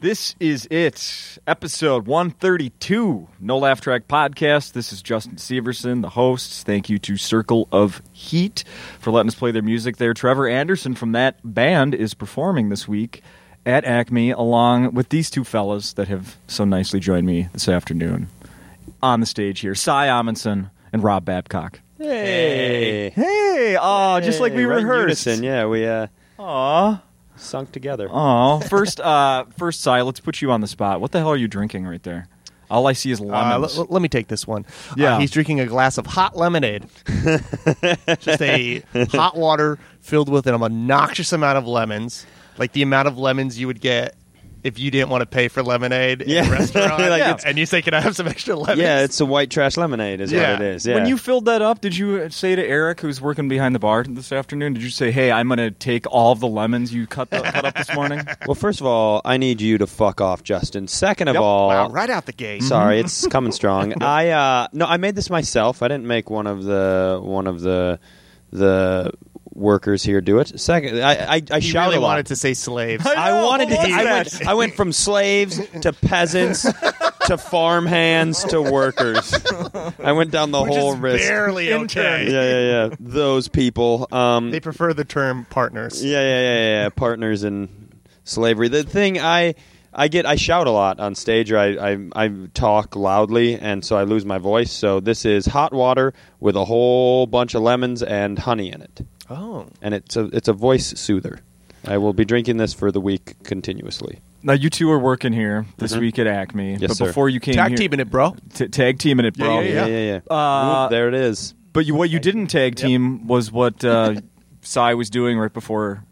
This is it, episode 132, No Laugh Track Podcast. This is Justin Severson, the hosts. Thank you to Circle of Heat for letting us play their music there. Trevor Anderson from that band is performing this week at Acme, along with these two fellas that have so nicely joined me this afternoon on the stage here Cy Amundsen and Rob Babcock. Hey. Hey, aw, just like we Hey, right in rehearsed. unison, yeah, we uh, Aw. sunk together. Oh, first, uh, first, Si, let's put you on the spot. What the hell are you drinking right there? All I see is Uh, lemons. l- l- let me take this one. Uh, Yeah. he's drinking a glass of hot lemonade. Just a hot water filled with an obnoxious amount of lemons, like the amount of lemons you would get if you didn't want to pay for lemonade in Yeah. a restaurant. Like, it's- And you say, "Can I have some extra lemons?" yeah, it's a white trash lemonade, is Yeah. what it is. Yeah. When you filled that up, did you say to Eric, who's working behind the bar this afternoon, did you say, "Hey, I'm going to take all of the lemons you cut, the, cut up this morning"? well, first of all, I need you to fuck off, Justin. Second of Yep. all, wow, right out the gate. Mm-hmm. sorry, it's coming strong. I uh, no, I made this myself. I didn't make one of the one of the the workers here do it. Second, I I, I He shout really a lot. wanted to say slaves. I know, wanted to. what was I that? went, I went from slaves to peasants to farm hands to workers. I went down the Which whole is risk. barely Intern. okay. yeah, yeah, yeah. Those people. Um, They yeah, prefer the term partners. yeah, yeah, yeah, yeah. Partners in slavery. The thing I I get I shout a lot on stage or I, I I talk loudly and so I lose my voice. So this is hot water with a whole bunch of lemons and honey in it, Oh, and it's a it's a voice soother. I will be drinking this for the week continuously. Now you two are working here this week at Acme, Yes, but sir. before you came Mm-hmm. tag here, teaming it, bro. t- tag teaming it, bro. Yeah, yeah, yeah, yeah. Uh, Ooh, there it is. But you, what you didn't tag team was what uh, Cy was doing right before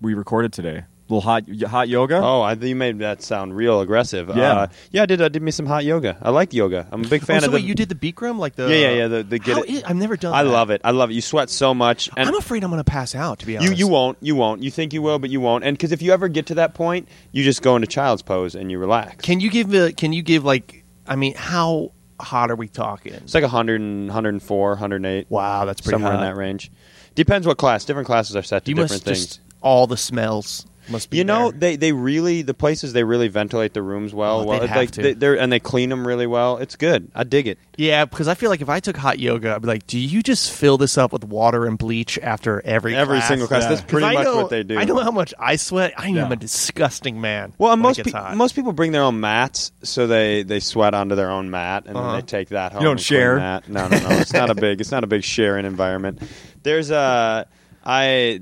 we recorded today. Little hot, hot yoga. Oh, I, you made that sound real aggressive. Yeah. uh, yeah. I did. I did me some hot yoga. I like yoga. I'm a big fan oh, so of the. wait, you did the beak room, like the Yeah, yeah, yeah, the- the get How it- is- I've never done. I that. love it. I love it. You sweat so much, and I'm afraid I'm going to pass out. To be honest, you you won't. You won't. You think you will, but you won't. And because if you ever get to that point, you just go into child's pose and you relax. Can you give a, can you give like I mean how hot are we talking? it's like 100, and- 104, 108. wow, that's pretty somewhere hot. in that range. Depends what class. Different classes are set to you different must things. just all the smells must be You know, there. they, they really the places they really ventilate the rooms well. Oh, well, they'd it's have like to. They, they're and they clean them really well. It's good. I dig it. yeah, because I feel like if I took hot yoga, I'd be like, do you just fill this up with water and bleach after every Every class? single class. Yeah. That's 'Cause pretty I much know- what they do. I know how much I sweat. I Yeah. am a disgusting man. Well, and when it most gets pe- hot. most people bring their own mats, so they they sweat onto their own mat, and Uh-huh. then they take that home. don't and clean share? That. No, no, no. it's not a big. It's not a big sharing environment. There's a I.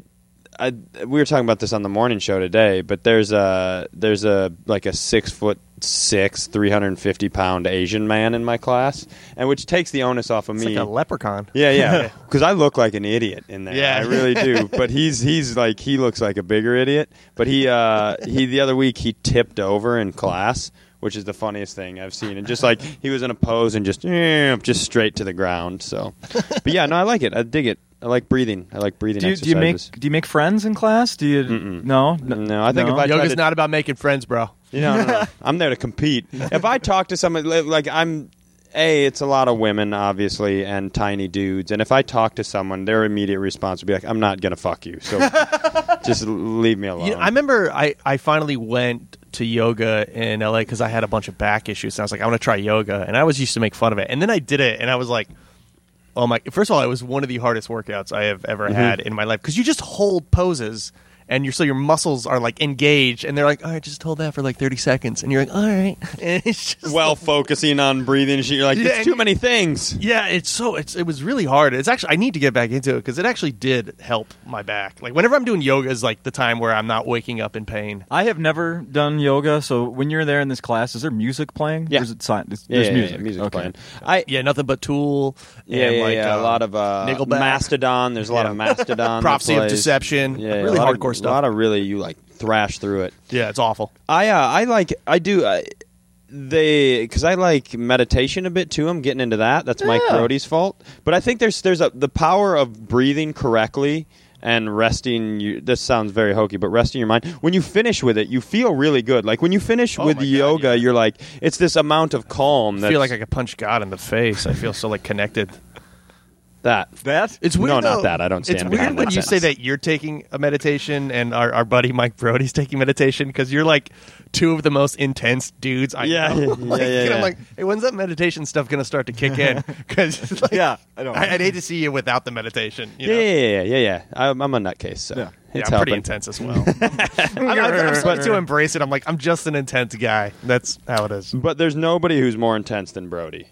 I, we were talking about this on the morning show today, but there's a there's a like a six foot six, three hundred and fifty pound Asian man in my class, and which takes the onus off of it's me. like a leprechaun. Yeah, yeah. Because I look like an idiot in there. Yeah. I really do. But he's he's like he looks like a bigger idiot. But he uh, he the other week he tipped over in class, which is the funniest thing I've seen. And just like he was in a pose and just eh, just straight to the ground. So, but yeah, no, I like it. I dig it. I like breathing. I like breathing do you, do you make exercises. do you make friends in class? Do you no? No, I think if I tried Yoga's to- not about making friends, bro. You know, no, no. I'm there to compete. If I talk to someone, li- like I'm, a, it's a lot of women, obviously, and tiny dudes. And if I talk to someone, their immediate response would be like, "I'm not gonna fuck you." So just leave me alone. You know, I remember I, I finally went to yoga in LA because I had a bunch of back issues. And I was like, I want to try yoga. And I was used to make fun of it. And then I did it and I was like, oh my. First of all, it was one of the hardest workouts I have ever had in my life because you just hold poses and you're so your muscles are like engaged and they're like, all right, just hold that for like 30 seconds. And you're like, all right. And it's just. well, focusing on breathing, shit, you're like, Yeah, "There's and too you- many things." yeah, it's so it's it was really hard. It's actually I need to get back into it because it actually did help my back. Like whenever I'm doing yoga is like the time where I'm not waking up in pain. I have never done yoga, so when you're there in this class, is there music playing? Yeah. Or is it si- there's Yeah, yeah, yeah, music. music's okay. playing. I Yeah, nothing but Tool. yeah, and yeah, like, yeah, a um, lot of uh, Nickelback. Mastodon. There's a lot of Mastodon. that Prophecy of plays. Deception. Yeah, yeah, really a lot of- hardcore A lot stuff. of really you like thrash through it. yeah, it's awful. I uh, I like I do I, they because I like meditation a bit too. I'm getting into that. That's Mike Yeah. Brody's fault. But I think there's there's a the power of breathing correctly and resting. You, this sounds very hokey, but resting your mind when you finish with it, you feel really good. Like when you finish Oh with my God, yoga, yeah. you're like it's this amount of calm. I That's, feel like I could punch God in the face. I feel so like connected. That. That It's weird. No, not though- that. I don't It's stand weird behind when that you say sentence. that you're taking a meditation and our, our buddy Mike Brody's taking meditation because you're like two of the most intense dudes I Yeah, know. yeah, yeah, like, and I'm yeah. like, hey, when's that meditation stuff going to start to kick in? Because like, Yeah, I don't know. I, would hate to see you without the meditation. You Yeah, know? yeah, yeah, yeah, yeah. I'm, I'm a nutcase. So Yeah. Yeah, it's I'm pretty helping. intense as well. I'm, I'm, I'm supposed to embrace it. I'm like, I'm just an intense guy. That's how it is. But there's nobody who's more intense than Brody.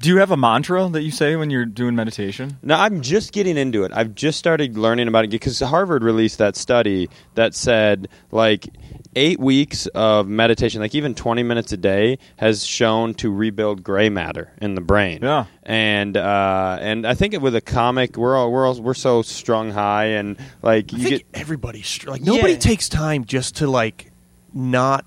Do you have a mantra that you say when you're doing meditation? No, I'm just getting into it. I've just started learning about it because Harvard released that study that said like eight weeks of meditation, like even 20 minutes a day, has shown to rebuild gray matter in the brain. Yeah. and uh, and I think it with a comic, we're all we're all, we're so strung high and like I you think get everybody's str- like Yeah. nobody takes time just to like not.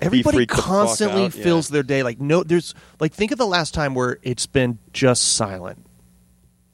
Everybody freaked the fuck constantly out, yeah. fills their day like no. There's like think of the last time where it's been just silent.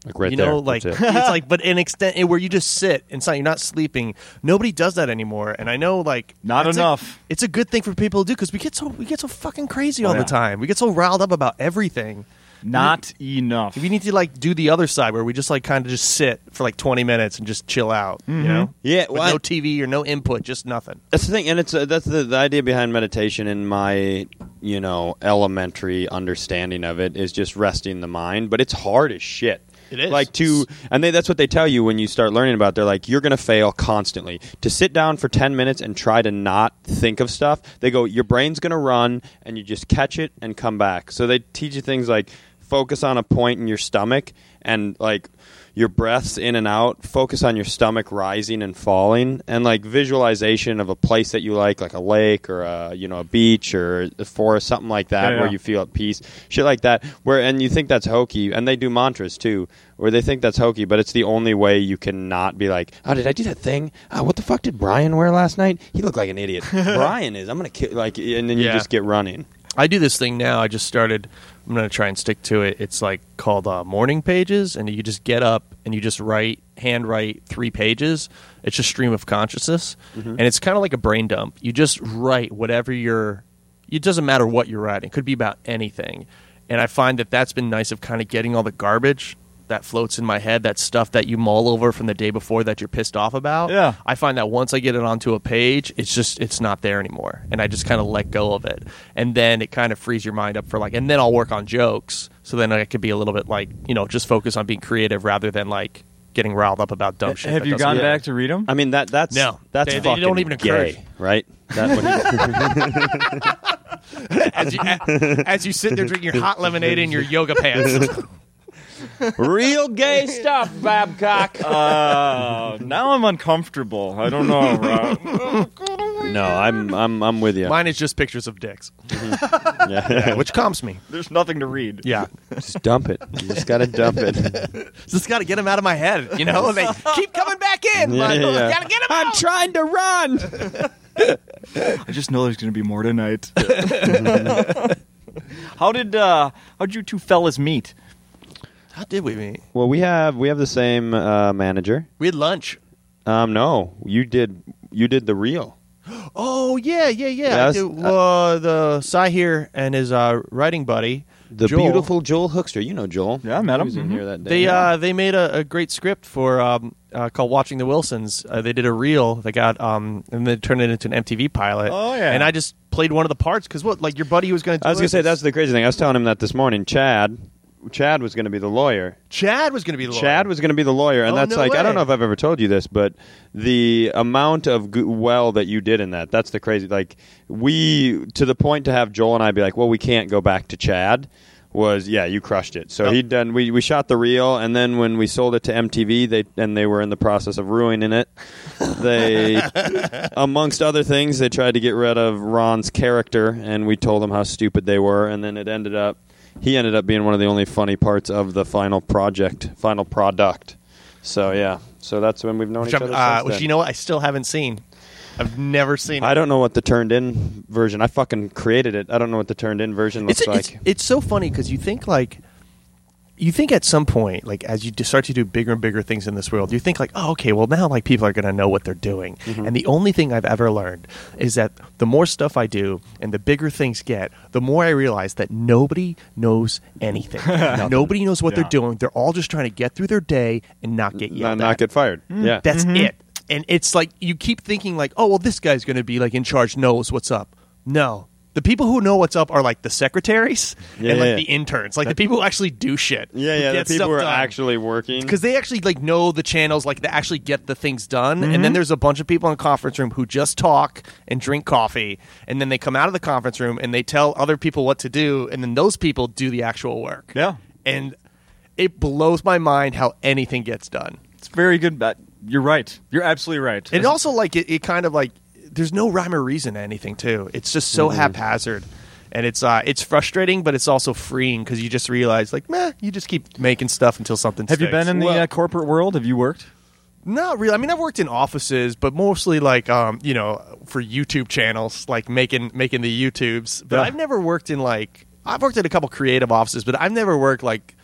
like right you there. know, like That's it's it. like, but an extent eh, where you just sit and it's not, you're not sleeping. Nobody does that anymore, and I know like Not it's a- enough. it's a good thing for people to do because we get so we get so fucking crazy all Oh, yeah. the time. We get so riled up about everything. Not enough. If you need to like do the other side where we just like kind of just sit for like 20 minutes and just chill out, you know? Mm-hmm. Yeah, With well, no I- TV or no input, just nothing. That's the thing, and it's uh, that's the, the idea behind meditation. In my you know elementary understanding of it is just resting the mind, but it's hard as shit. It is. like to, and they, that's what they tell you when you start learning about. it. They're like, you're gonna fail constantly. To sit down for ten minutes and try to not think of stuff, they go, your brain's gonna run, and you just catch it and come back. So they teach you things like focus on a point in your stomach and like your breaths in and out focus on your stomach rising and falling and like visualization of a place that you like like a lake or a you know a beach or a forest something like that Yeah, yeah. where you feel at peace shit like that where and you think that's hokey and they do mantras too where they think that's hokey but it's the only way you cannot be like oh did i do that thing oh, what the fuck did brian wear last night he looked like an idiot brian is i'm gonna kill like and then you Yeah. just get running I do this thing now. I just started. I'm going to try and stick to it. It's like called uh, morning pages, and you just get up and you just write, handwrite three pages. It's just stream of consciousness, and it's kind of like a brain dump. You just write whatever you're. It doesn't matter what you're writing. It could be about anything, and I find that that's been nice of kind of getting all the garbage that floats in my head, that stuff that you mull over from the day before that you're pissed off about. Yeah. I find that once I get it onto a page, it's just it's not there anymore, and I just kind of let go of it, and then it kind of frees your mind up for like, and then I'll work on jokes, so then I could be a little bit like you know just focus on being creative rather than like getting riled up about dumb shit. have that you doesn't- gone back to read them? i mean that that's No. that's They- they fucking don't even gay, encourage- right that when you- as you, as you sit there drinking your hot lemonade in your yoga pants? Real gay stuff, Babcock. Uh, now I'm uncomfortable. I don't know. Rob. no, I'm I'm I'm with you. Mine is just pictures of dicks, yeah. which calms me. There's nothing to read. Yeah, just dump it. You just gotta dump it. just got to get them out of my head. You know, they keep coming back in. Yeah, but yeah, yeah. Gotta get them I'm out. trying to run. I just know there's going to be more tonight. how did uh, how did you two fellas meet? How did we meet? Well, we have we have the same uh, manager. We had lunch. Um, no, you did you did the real. Oh yeah, yeah, yeah. Yeah, I I was- do. uh, the Sahir and his uh, writing buddy, The Joel, beautiful Joel Hookster. You know Joel. Yeah, I met He him. was in Mhm. here that day. They uh, they made a, a great script for um, uh, called Watching the Wilsons. Uh, they did a reel. They got um, and they turned it into an MTV pilot. Oh, yeah. And I just played one of the parts because what like your buddy was going to. I was gonna say that's the crazy thing. I was telling him that this morning. Chad, Chad was gonna be the lawyer, Chad was going to be the lawyer. Chad was going to be the lawyer, and Oh, that's no like I way. don't know if I've ever told you this, but the amount of g- well that you did in that—that's the crazy. Like we to the point to have Joel and I be like, well, we can't go back to Chad. Was yeah, you crushed it. So Yep. he'd done. We, we shot the reel, and then when we sold it to MTV, they and they were in the process of ruining it. They, amongst other things, they tried to get rid of Ron's character, and we told them how stupid they were, and then it ended up. He ended up being one of the only funny parts of the final project, final product. So yeah, so that's when we've known Which, each I'm- other. uh, since which then. you know what I still haven't seen. I've never seen. it. I don't know what the turned in version. I fucking created it. I don't know what the turned in version looks it's, like. It's, it's so funny because you think like you think at some point, like as you d- start to do bigger and bigger things in this world, you think like, oh, okay, well now like people are going to know what they're doing. Mm-hmm. And the only thing I've ever learned is that the more stuff I do and the bigger things get, the more I realize that nobody knows anything. nobody knows what Yeah. they're doing. They're all just trying to get through their day and not get not, yelled not at. get fired. Yeah. That's it. And it's like you keep thinking like, oh well, this guy's going to be like in charge, knows what's up. No, the people who know what's up are like the secretaries Yeah, and like yeah. the interns, like the people who actually do shit. yeah, yeah. The people who are actually working. because they actually like know the channels, like they actually get the things done. And then there's a bunch of people in a conference room who just talk and drink coffee, and then they come out of the conference room and they tell other people what to do, and then those people do the actual work. Yeah. and it blows my mind how anything gets done. It's very good. But you're right. You're absolutely right. And also, like, it, it kind of like there's no rhyme or reason to anything, too. It's just so Mm-hmm. haphazard, and it's uh, it's frustrating, but it's also freeing because you just realize, like, meh, you just keep making stuff until something. Have you sticks. been in the Well- uh, corporate world? Have you worked? Not really. I mean, I've worked in offices, but mostly like um, you know, for YouTube channels, like making making the YouTubes. But Yeah. I've never worked in like I've worked at a couple creative offices, but I've never worked like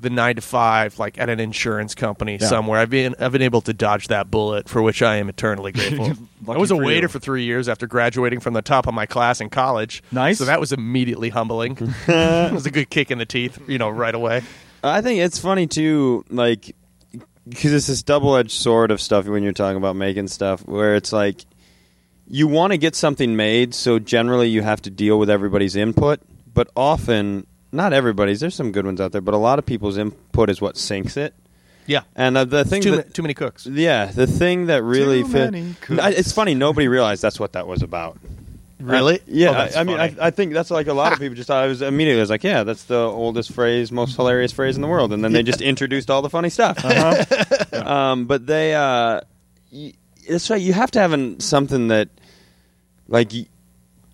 the nine to five, like at an insurance company Yeah. somewhere. I've been I've been able to dodge that bullet, for which I am eternally grateful. I Lucky was a for you. waiter for three years after graduating from the top of my class in college. Nice. So that was immediately humbling. it was a good kick in the teeth, you know, right away. I think it's funny too, like because it's this double-edged sword of stuff when you're talking about making stuff, where it's like you want to get something made, so generally you have to deal with everybody's input, but often not everybody's. There's some good ones out there, but a lot of people's input is what sinks it. Yeah. And uh, the thing Too, ma- that too many cooks. yeah, the thing that really Too fit. many cooks. It's funny nobody realized that's what that was about. Really? I- Uh, yeah, Oh, that's I, I mean, I, funny. I think that's like a lot of people just thought. I was immediately I was like, yeah, that's the oldest phrase, most hilarious phrase in the world, and then they just introduced all the funny stuff. Uh-huh. um, but they, uh, y- that's right. You have to have an, something that, like, y-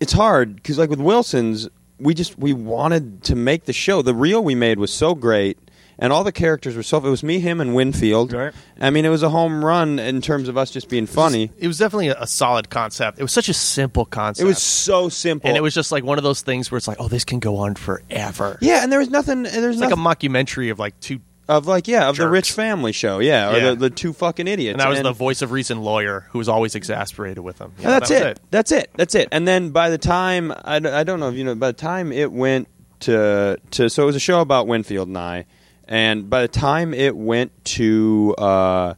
it's hard because, like, with Wilson's, we just we wanted to make the show. The reel we made was so great. And all the characters were so. It was me, him, and Winfield. Right. I mean, it was a home run in terms of us just being funny. It was definitely a, a solid concept. It was such a simple concept. It was so simple. and it was just like one of those things where it's like, oh, this can go on forever. Yeah, and there was nothing. And there's it's nothing like a mockumentary of like two. of like yeah of the Jerks. rich family show. Yeah, or Yeah. The, the two fucking idiots. And I was the voice of reason lawyer who was always exasperated with him. Yeah, and that's that was it. That's it. That's it. And then by the time I, d- I don't know if you know by the time it went to to so it was a show about Winfield and I, and by the time it went to uh,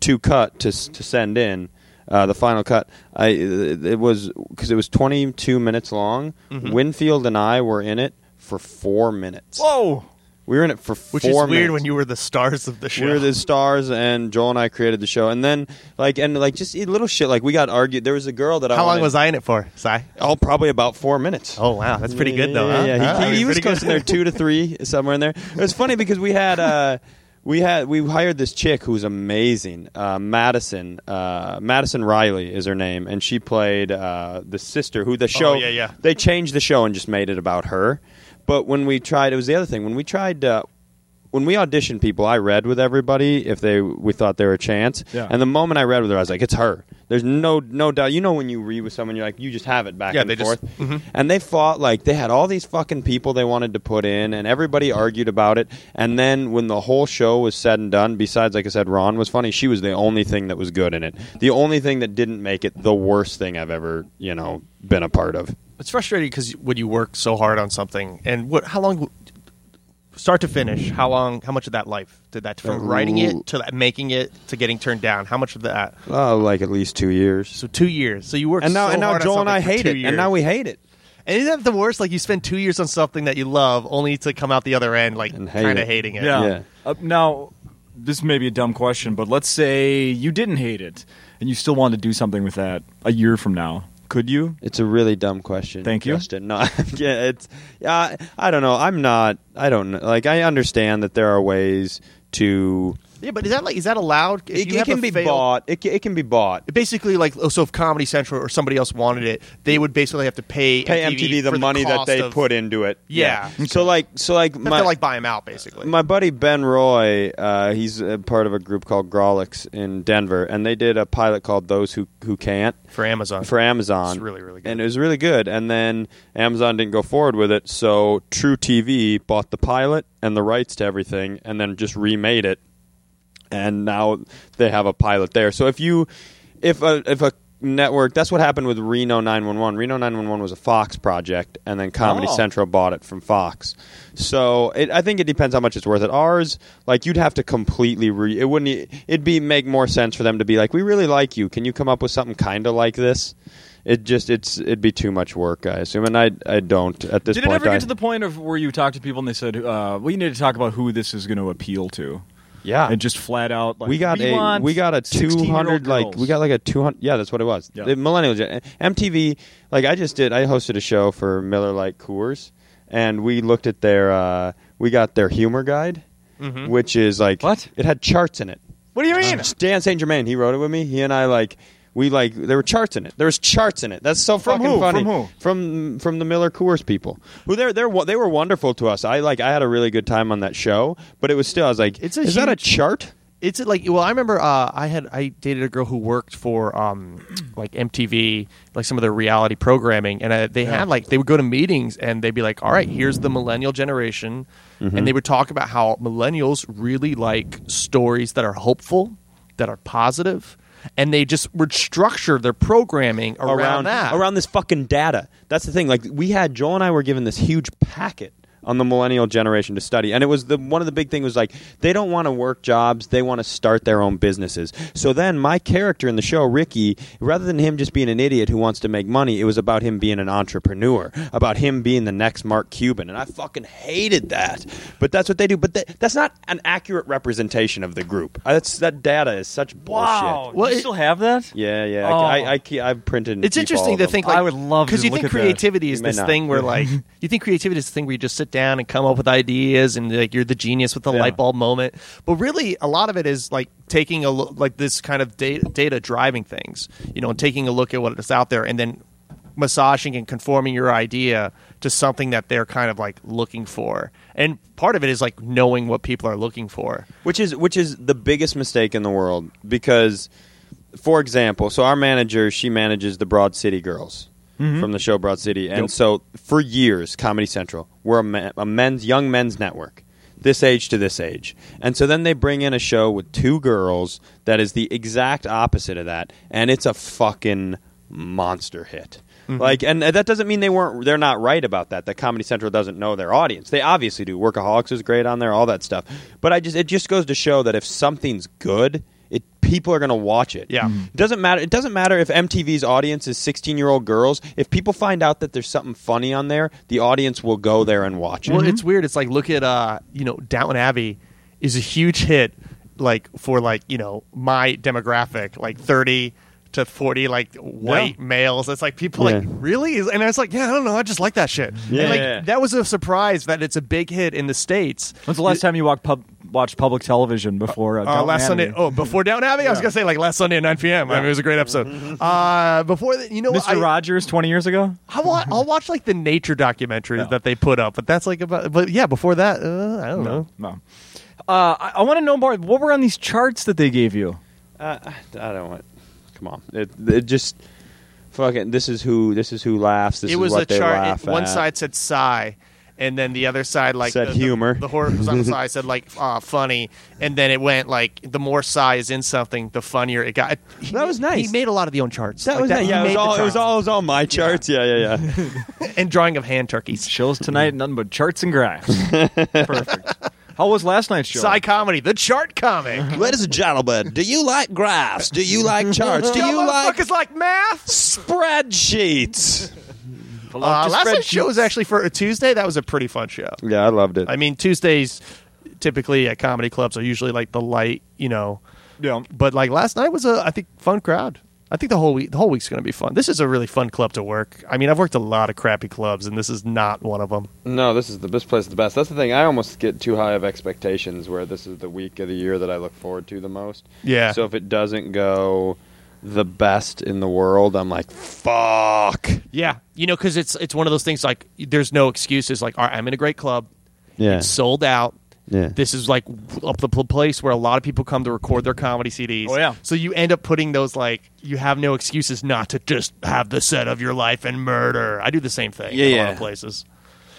to cut to s- to send in. Uh, the final cut. I it was because it was 22 minutes long. Mm-hmm. Winfield and I were in it for four minutes. Whoa. We were in it for Which four is weird minutes. when you were the stars of the show. We were the stars, and Joel and I created the show. And then, like, and like, just little shit. Like, we got argued. There was a girl that I. How long wanted- was I in it for, Si? Oh, probably about four minutes. Oh wow, that's pretty good though. Yeah, huh? yeah, yeah. Huh? He, he, Pretty was good. close in there, two to three, somewhere in there. It was funny because we had uh, we had we hired this chick who was amazing, uh, Madison uh, Madison Riley is her name, and she played uh, the sister who the show. Oh, yeah, yeah. They changed the show and just made it about her. But when we tried, it was the other thing. When we tried. Uh, when we auditioned people, I read with everybody if they we thought they were a chance. Yeah. And the moment I read with her, I was like, "It's her." There's no no doubt. You know when you read with someone, you're like, you just Mm-hmm. have it back Yeah, and they just- forth. And they fought like they had all these fucking people they wanted to put in, and everybody argued about it. And then when the whole show was said and done, besides like I said, Ron was funny. She was the only thing that was good in it. The only thing that didn't make it the worst thing I've ever you know been a part of. It's frustrating because when you work so hard on something, and what? How long? Start to finish, how long? How much of that life did that from writing it to that, making it to getting turned down? How much of that? Oh, like at least two years. So two years. So you worked And now so and now hard on Joel and I something for hate two it, and years. now we hate it. And isn't that the worst? Like you spend two years on something that you love, only to come out the other end like And hate kind of it. hating it. Yeah. Yeah. Uh, now, this may be a dumb question, but let's say you didn't hate it and you still want to do something with that a year from now. Could you? It's a really dumb question. Thank you. Justin. No, yeah, it's yeah. I I don't know. I'm not. I don't know. Like I understand that there are ways to. Yeah, but is that like is that allowed? If It, you it have can a be failed- bought. It, ca- it can be bought. Basically, like oh, so, if Comedy Central or somebody else wanted it, they would basically have to pay Pay MTV the for money that cost they of- put into it. Yeah. So like, so like Have my to like buy them out basically. My buddy Ben Roy, uh, he's a part of a group called Grolix in Denver, and they did a pilot called "Those Who Who Can't" for Amazon. for Amazon. It's really, really good. and it was really good. And then Amazon didn't go forward with it, so True TV bought the pilot and the rights to everything, and then just remade it. And now they have a pilot there. So if you, if a if a network, that's what happened with Reno 911. Reno 911 was a Fox project, and then Comedy Oh. Central. Central bought it from Fox. So it, I think it depends how much it's worth. It ours, like you'd have to completely re. It wouldn't. e- It'd be make more sense for them to be like, we really like you. Can you come up with something kind of like this? It just it's it'd be too much work, I assume, and I I don't at this Did it point. ever I- get to the point of where you talked to people and they said, uh, "We need to talk about who this is going to appeal to," yeah? and just flat out like Ah. we got a want we got a 16-year-old 200 like girls." we got like a 200 yeah that's what it was Yeah. the millennial gen- mtv like i just did i hosted a show for miller Lite coors and we looked at their uh we got their humor guide which is like Mm-hmm. What? it had charts in it what do you mean? dan st germain he wrote it with me he and i like we like there were charts in it. There was charts in it. That's so From fucking who? funny. From who? From from the Miller Coors people. Who they're they're wo- they were wonderful to us. I like I had a really good time on that show, but it was still I was like, It's a is that a huge- chart? It's like well, I remember uh, I had I dated a girl who worked for um, like MTV, like some of their reality programming, and uh, they had like they would go to meetings and they'd be like, "All right, here's the millennial generation," and they would talk about how millennials really like stories that are hopeful, that are positive, and they just would structure their programming around, that. around this fucking data. That's the thing. Like we had Joel and I were given this huge packet on the millennial generation to study, and it was the one of the big thing was like they don't want to work jobs; they want to start their own businesses. So then my character in the show, Ricky, rather than him just being an idiot who wants to make money, it was about him being an entrepreneur, about him being the next Mark Cuban, and I fucking hated that. But that's what they do. But that that's not an accurate representation of the group. Uh, That's that data is such bullshit. Wow, Well, you it- still have that? Yeah, yeah. Oh. I, I, I, keep- I've printed. and It's keep all interesting of to them. think like I would love because to you look think at that. creativity is You may this not. thing where like you think creativity is this thing where you just sit down and come up with ideas and like you're the genius with the Yeah. light bulb moment, but really a lot of it is like taking a look like this kind of data, data driving things, you know, and taking a look at what is out there and then massaging and conforming your idea to something that they're kind of like looking for. And part of it is like knowing what people are looking for. which is which is the biggest mistake in the world because for example so our manager she manages the broad city girls from the show broad city and Yep. so for years comedy central we're a, men, a men's young men's network this age to this age and so then they bring in a show with two girls that is the exact opposite of that and it's a fucking monster hit like and that doesn't mean they weren't they're not right about that that comedy central doesn't know their audience they obviously do workaholics is great on there all that stuff but i just it just goes to show that if something's good it people are going to watch it Yeah. Mhm. it doesn't matter it doesn't matter if mtv's audience is 16 year old girls if people find out that there's something funny on there the audience will go there and watch it Well, Mm-hmm. it's weird. It's like look at uh, you know, Downton Abbey is a huge hit, like for like you know my demographic, like thirty to forty, like white males. It's like people like Yeah. really, and I was like, yeah, I don't know, I just like that shit. And, Yeah. like that was a surprise that it's a big hit in the states. When's the last time you walked pub, watched public television before? Uh, Uh, Downton last Sunday, Abbey? oh, before Downton Abbey, I was gonna say like last Sunday at nine p.m. I mean, it was a great episode. Uh, before that, you know, Mr. I, Mm-hmm. Rogers, twenty years ago. I wa- I'll watch like the nature documentaries that they put up, but that's like about, but yeah, before that, uh, I don't know. No. Uh, I, I want to know more. What were on these charts that they gave you? Uh, I I don't want. Come on, it, it just fucking. This is who. This is who laughs. This it is was what a they chart. laugh It, one at. side said sigh, and then the other side like Said the, humor. The, the horizontal side said like uh, funny, and then it went like the more sigh is in something, the funnier it got. He- That was nice. He made a lot of the own charts. That Like was that, yeah. It he was, made the all, it was charts. all. It was all my charts. Yeah, yeah, yeah. and drawing of hand turkeys. Shows Mm. tonight, nothing but charts and graphs. Perfect. How was last night's show? Sigh comedy, the chart comic. Ladies and gentlemen, do you like graphs? Do you like charts? Do Y'all motherfuckers like math? spreadsheets? I love Uh, to last spread night's show was sheets. actually for a Tuesday. That was a pretty fun show. Yeah, I loved it. I mean, Tuesdays typically at comedy clubs are usually Um, like the light, you know, Yeah. but like last night was a I think fun crowd. I think the whole week the whole week's going to be fun. This is a really fun club to work. I mean, I've worked a lot of crappy clubs, and this is not one of them. No, this is the this place is the best. That's the thing. I almost get too high of expectations where this is the week of the year that I look forward to the most. Yeah. So if it doesn't go the best in the world, I'm like, fuck. Yeah, you know, because it's it's one of those things like there's no excuses. Like, all right, I'm in a great club, Yeah. it's sold out. Yeah. This is like up the pl- place where a lot of people come to record their comedy CDs. Oh, yeah. So you end up putting those like you have no excuses not to just have the set of your life and murder. I do the same thing. Yeah, in a yeah. lot of places.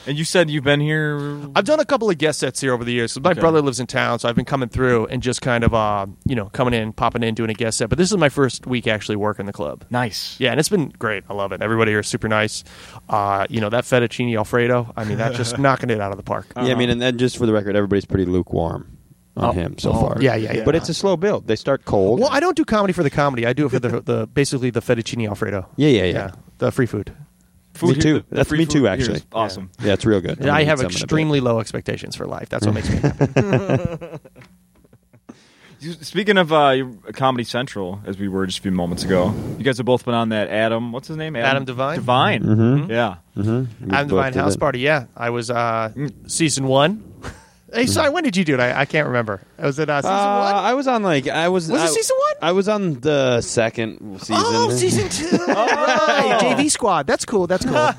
And you said you've been here. I've done a couple of guest sets here over the years. 'cause My brother lives in town, so I've been coming through and just kind of, uh, you know, coming in, popping in, doing a guest set. But this is my first week actually working the club. Nice. Yeah, and it's been great. I love it. Everybody here is super nice. Uh, you know, that fettuccine Alfredo, I mean, that's just knocking it out of the park. Yeah, I mean, and then just for the record, everybody's pretty lukewarm on Oh, him so Uh-huh. oh, far. yeah, yeah, yeah. But it's a slow build. They start cold. Well, I don't do comedy for the comedy. I do it for the, the basically the fettuccine Alfredo. Yeah, yeah, yeah. the free food. Me too. That's free me food too, here actually. is Awesome. Yeah, it's real good. I'm And gonna I eat have some in a bit. extremely low expectations for life. That's what makes me happy. You- Speaking of uh, your- Comedy Central, as we were just a few moments ago, you guys have both been on that. Adam, what's his name? Adam Devine? Divine. Mm-hmm. Yeah. Mhm. We I'm the both Vine did House it. Party. Yeah, I was uh, Mm. season one. hey, sorry, when did you do it? I, I can't remember. Was it uh, season Uh, one? I was on like I was. Was it I, season one? I was on the second season. Oh, season two. right. JV squad. That's cool. That's cool.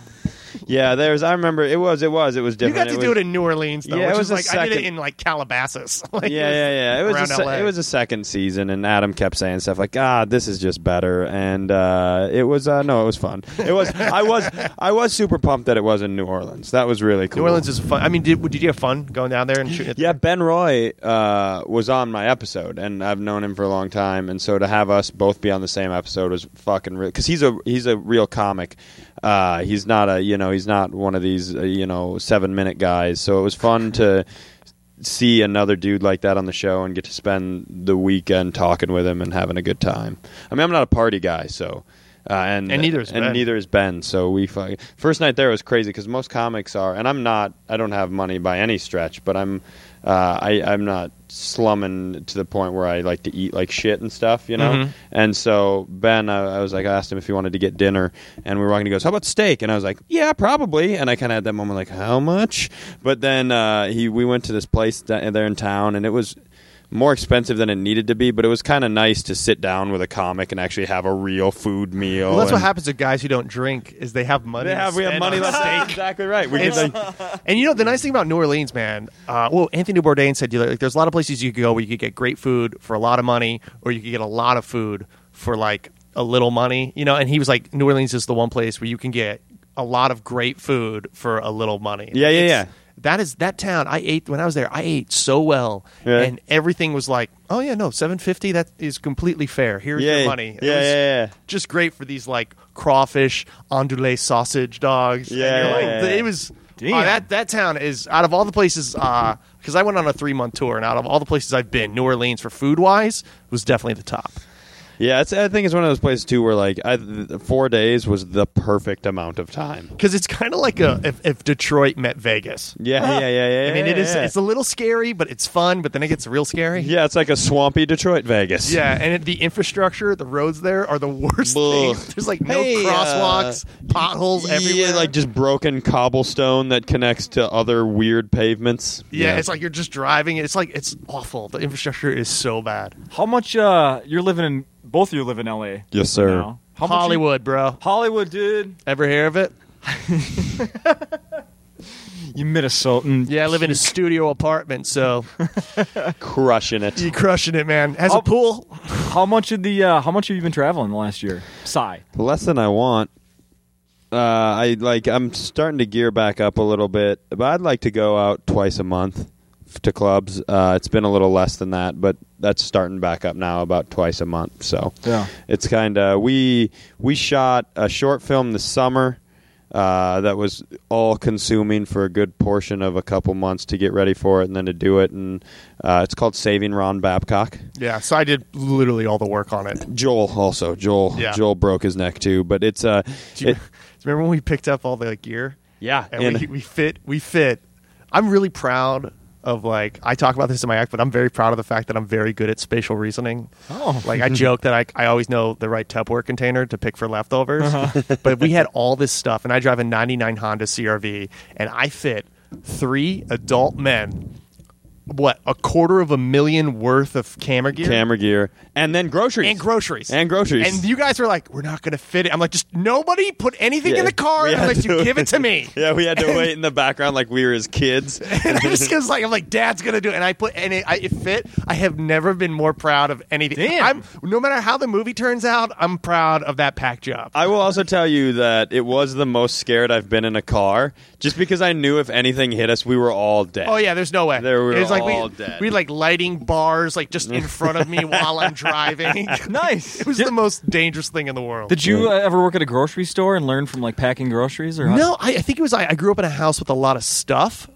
yeah, there's. I remember it was. It was. It was you different. got to it do was, it in New Orleans, though. Yeah, it which was is like the I did it second- in like Calabasas. like, yeah, yeah, yeah. It was around a se- LA. it was a second season, and Adam kept saying stuff like, "Ah, this is just better," and uh, it was uh, no, it was fun. It was. I was. I was super pumped that it was in New Orleans. That was really cool. New Orleans is fun. I mean, did, did you have fun going down there and shooting? At the- Yeah, Ben Roy uh, was on my episode, and I've known him for a long time. And so to have us both be on the same episode was fucking real. Because he's a he's a real comic. Uh, he's not a you know he's not one of these uh, you know seven minute guys. So it was fun to see another dude like that on the show and get to spend the weekend talking with him and having a good time. I mean, I'm not a party guy, so. Uh, and And neither is Ben. neither is Ben. So we fucking first night there was crazy because most comics are, and I'm not. I don't have money by any stretch, but I'm. Uh, I I'm not slumming to the point where I like to eat like shit and stuff, you know. Mhm. And so Ben, uh, I, I was like, I asked him if he wanted to get dinner, and we were walking. He goes, "How about steak?" And I was like, "Yeah, probably." And I kind of had that moment like, "How much?" But then uh, he we went to this place da- there in town, and it was more expensive than it needed to be, but it was kind of nice to sit down with a comic and actually have a real food meal. Well, that's what and- happens to guys who don't drink is they have money. They to have we have spend money on left. steak. Exactly right. We It's- can, like, and you know the nice thing about New Orleans, man. Uh, well, Anthony Bourdain said you like, there's a lot of places you could go where you could get great food for a lot of money, or you could get a lot of food for like a little money. You know, and he was like, New Orleans is the one place where you can get a lot of great food for a little money. Yeah, yeah, yeah. That is that town. I ate when I was there. I ate so well, Yeah. and everything was like, oh yeah, no, seven fifty. That is completely fair. Here's yeah, your money. It Yeah, was- yeah, yeah. just great for these like crawfish andouille sausage dogs. And Yeah. you're like, th- it was. Damn. uh, that that town is out of all the places because I went on a three month tour, and out of all the places I've been, New Orleans for food wise was definitely the top. Yeah, it's, I think it's one of those places too where like I, th- four days was the perfect amount of time. Because it's kind of like a if, if Detroit met Vegas. Yeah, yeah, yeah, yeah. I mean, it is Yeah. it's a little scary, but it's fun. But then it gets real scary. yeah, it's like a swampy Detroit Vegas. Yeah, and it, the infrastructure, the roads there are the worst Ugh. things. There's like no Hey, uh, crosswalks, potholes everywhere. Yeah, like just broken cobblestone that connects to other weird pavements. Yeah, it's like you're just driving. It's like it's awful. The infrastructure is so bad. How much? Uh, you're living in both of you live in L.A. Yes, sir. now. How much you- Hollywood, bro. Hollywood, dude. Ever hear of it? You Minnesotan. Yeah, I live in a studio apartment, so crushing it. you crushing it, man. Has Oh. a pool. How much of the? Uh, how much have you been traveling the last year? Sigh. less than I want. Uh, I like I'm starting to gear back up a little bit, but I'd like to go out twice a month f- to clubs. Uh, it's been a little less than that, but that's starting back up now about twice a month. So Yeah. it's kind of we we shot a short film this summer. Uh, that was all consuming for a good portion of a couple months to get ready for it and then to do it. And uh, it's called Saving Ron Babcock. Yeah, so I did literally all the work on it. Do Joel also Joel Yeah. Joel broke his neck too, but it's uh you, it- do you remember when we picked up all the gear? Yeah, and, and- we, we fit. We fit. I'm really proud of like I talk about this in my act, but I'm very proud of the fact that I'm very good at spatial reasoning. Oh. like I joke that I I always know the right Tupperware container to pick for leftovers. Uh-huh. but we had all this stuff, and I drive a '99 Honda CRV, and I fit three adult men. What a quarter of a million worth of camera gear, camera gear, and then groceries and groceries and groceries. And you guys were like, "We're not going to fit it." I'm like, "Just nobody put anything Yeah. in the car We had unless you to- give it to me." yeah, we had to wait in the background like we were his kids. And I just was like, I'm like, Dad's gonna do it, and I put and it, I, it fit. I have never been more proud of anything. Damn. I'm no matter how the movie turns out, I'm proud of that pack job. I will also tell you that it was the most scared I've been in a car, just because I knew if anything hit us, we were all dead. Oh yeah, there's no way. There we were It's like all we, dead. we had, like lighting bars like just in front of me while I'm driving. Nice. It was Did- the most dangerous thing in the world. Did you uh, ever work at a grocery store and learn from like packing groceries or No, I, I think it was I, I grew up in a house with a lot of stuff,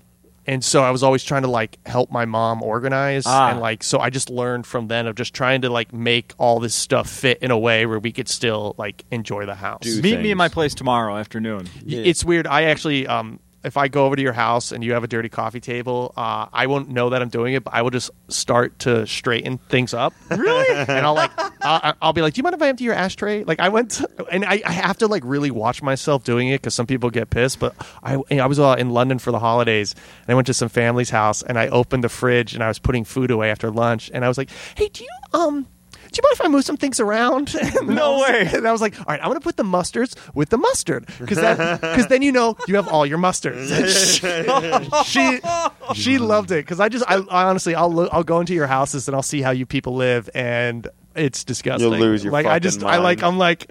and so I was always trying to like help my mom organize Ah. and like so I just learned from then of just trying to like make all this stuff fit in a way where we could still like enjoy the house. Dude. Meet do me in things. my place tomorrow afternoon. Yeah. It's weird. I actually um. If I go over to your house and you have a dirty coffee table, uh, I won't know that I'm doing it, but I will just start to straighten things up. Really? and I'll like, I'll, I'll be like, "Do you mind if I empty your ashtray?" Like I went, to, and I, I have to like really watch myself doing it because some people get pissed. But I, you know, I was uh, in London for the holidays, and I went to some family's house, and I opened the fridge, and I was putting food away after lunch, and I was like, "Hey, do you um?" Do you mind if I move some things around? And No I was- way. and I was like, all right, I'm gonna put the mustards with the mustard because that because then you know you have all your mustards. she she loved it because I just I, I honestly I'll lo- I'll go into your houses and I'll see how you people live and it's disgusting. You'll lose your like I just fucking I like mind. I'm like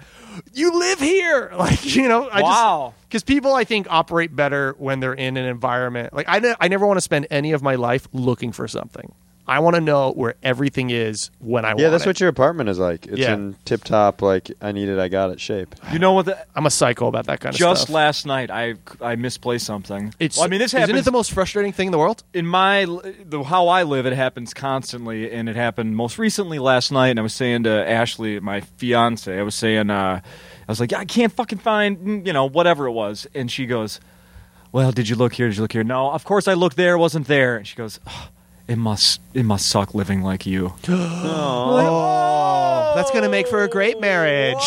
you live here like you know I Wow. because people I think operate better when they're in an environment like I ne- I never want to spend any of my life looking for something. I want to know where everything is when I want. yeah, that's it. what your apartment is like. It's Yeah. in tip top, like I need it, I got it shape. You know what? The, I'm a psycho about that kind of stuff. just last night, I I misplaced something. Well, I mean, this isn't happens it the most frustrating thing in the world? in my the how I live, it happens constantly, and it happened most recently last night. And I was saying to Ashley, my fiance, I was saying, uh, I was like, I can't fucking find mm, you know whatever it was, and she goes, Well, did you look here? Did you look here? No, of course I looked there, it wasn't there. And she goes, "Ugh, It must it must suck living like you. Oh, that's gonna make for a great marriage.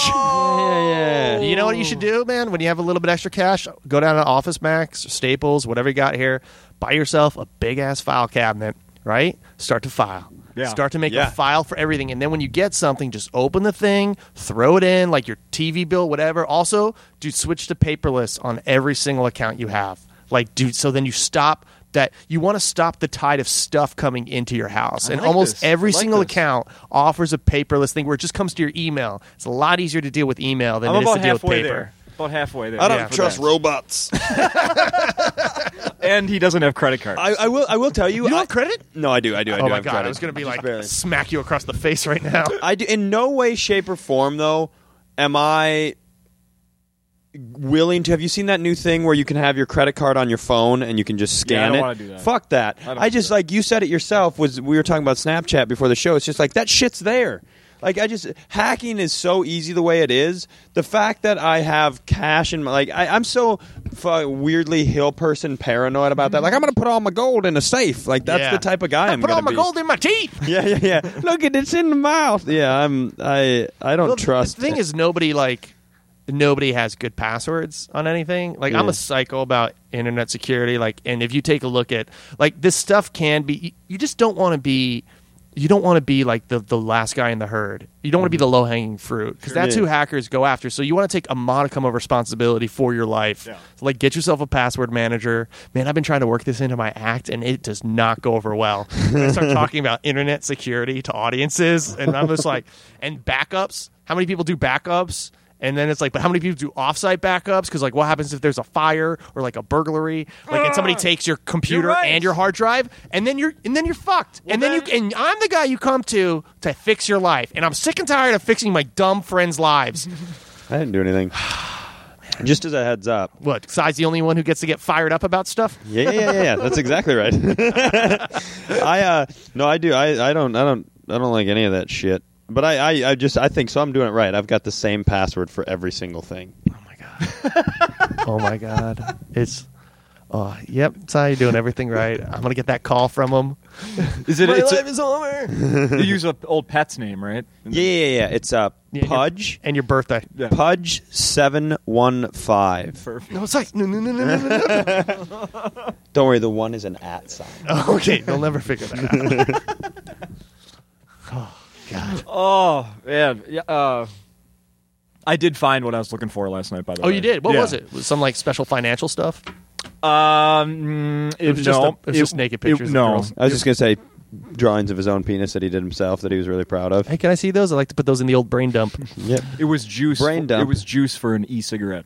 Yeah, You know what you should do, man? When you have a little bit extra cash, go down to Office Max, Staples, whatever you got here. Buy yourself a big ass file cabinet, right? Start to file. Yeah. Start to make Yeah. a file for everything. And then when you get something, just open the thing, throw it in, like your TV bill, whatever. Also, do switch to paperless on every single account you have. Like, dude, so then you stop that. You want to stop the tide of stuff coming into your house. I and like almost this. I every like single this. account offers a paperless thing where it just comes to your email. It's a lot easier to deal with email than I'm it is about to deal with halfway paper. there. About halfway there. I don't Yeah, for trust robots. And he doesn't have credit cards. I, I will. I will tell you. You don't I- have credit? No, I do. I do. I do. oh my have god, credit. I was gonna be Just like barely. smack you across the face right now. I do. In no way, shape, or form, though, am I willing to. Have you seen that new thing where you can have your credit card on your phone and you can just Yeah, I scan don't wanna it? do that. Fuck that. don't I, do just that. like you said it yourself. Was we were talking about Snapchat before the show? It's just like that shit's there. Like I just hacking is so easy the way it is. The fact that I have cash in my like I, I'm so fu- weirdly hill person paranoid about that. Like I'm gonna put all my gold in a safe. Like that's Yeah. the type of guy I am put all gonna my be. gold in my teeth. Yeah, yeah, yeah. Look at it's in the mouth. Yeah, I'm. I I don't Well, trust. The thing is, nobody like nobody has good passwords on anything. Like I'm Yeah. a psycho about internet security. Like, and if you take a look at like this stuff, can be you, you just don't want to be. You don't want to be like the, the last guy in the herd. You don't want Mm-hmm. to be the low hanging fruit because that's Yeah. who hackers go after. So you want to take a modicum of responsibility for your life. Yeah. So, like get yourself a password manager. Man, I've been trying to work this into my act and it does not go over well. I start talking about internet security to audiences and I'm just like and backups. How many people do backups? And then it's like, but how many people do offsite backups? Because like, what happens if there's a fire or like a burglary, like, and somebody takes your computer Ah, right. and your hard drive, and then you're and then you're fucked. and then, you and I'm the guy you come to to fix your life, and I'm sick and tired of fixing my dumb friends' lives. I didn't do anything. Just as a heads up. what? Si's the only one who gets to get fired up about stuff. Yeah, yeah, yeah. yeah. That's exactly right. I uh no, I do. I I don't. I don't. I don't like any of that shit. But I, I, I just I think so. I'm doing it right. I've got the same password for every single thing. Oh my god. oh my god. It's Oh, yep, that's how you're doing everything right. I'm gonna get that call from him. Is it? My It's a, life is over. you use an old pet's name, right? Yeah, yeah, yeah. It's uh, Yeah, you're- Pudge. and your birthday. Yeah. Pudge seven one five. Perfect. No, it's like no, no, no, no, no, no. Don't worry, the one is an at sign. no. okay, they'll never figure that out. Oh man, yeah. Uh, I did find what I was looking for last night. By the Oh, way, you did. What Yeah. was it? Was some like special financial stuff? Um, mm, was just a- it was just naked pictures of no, girls. I was just gonna say drawings of his own penis that he did himself that he was really proud of. Hey, can I see those? I like to put those in the old brain dump. Yep. it was juice. Brain dump. It was juice for an e-cigarette.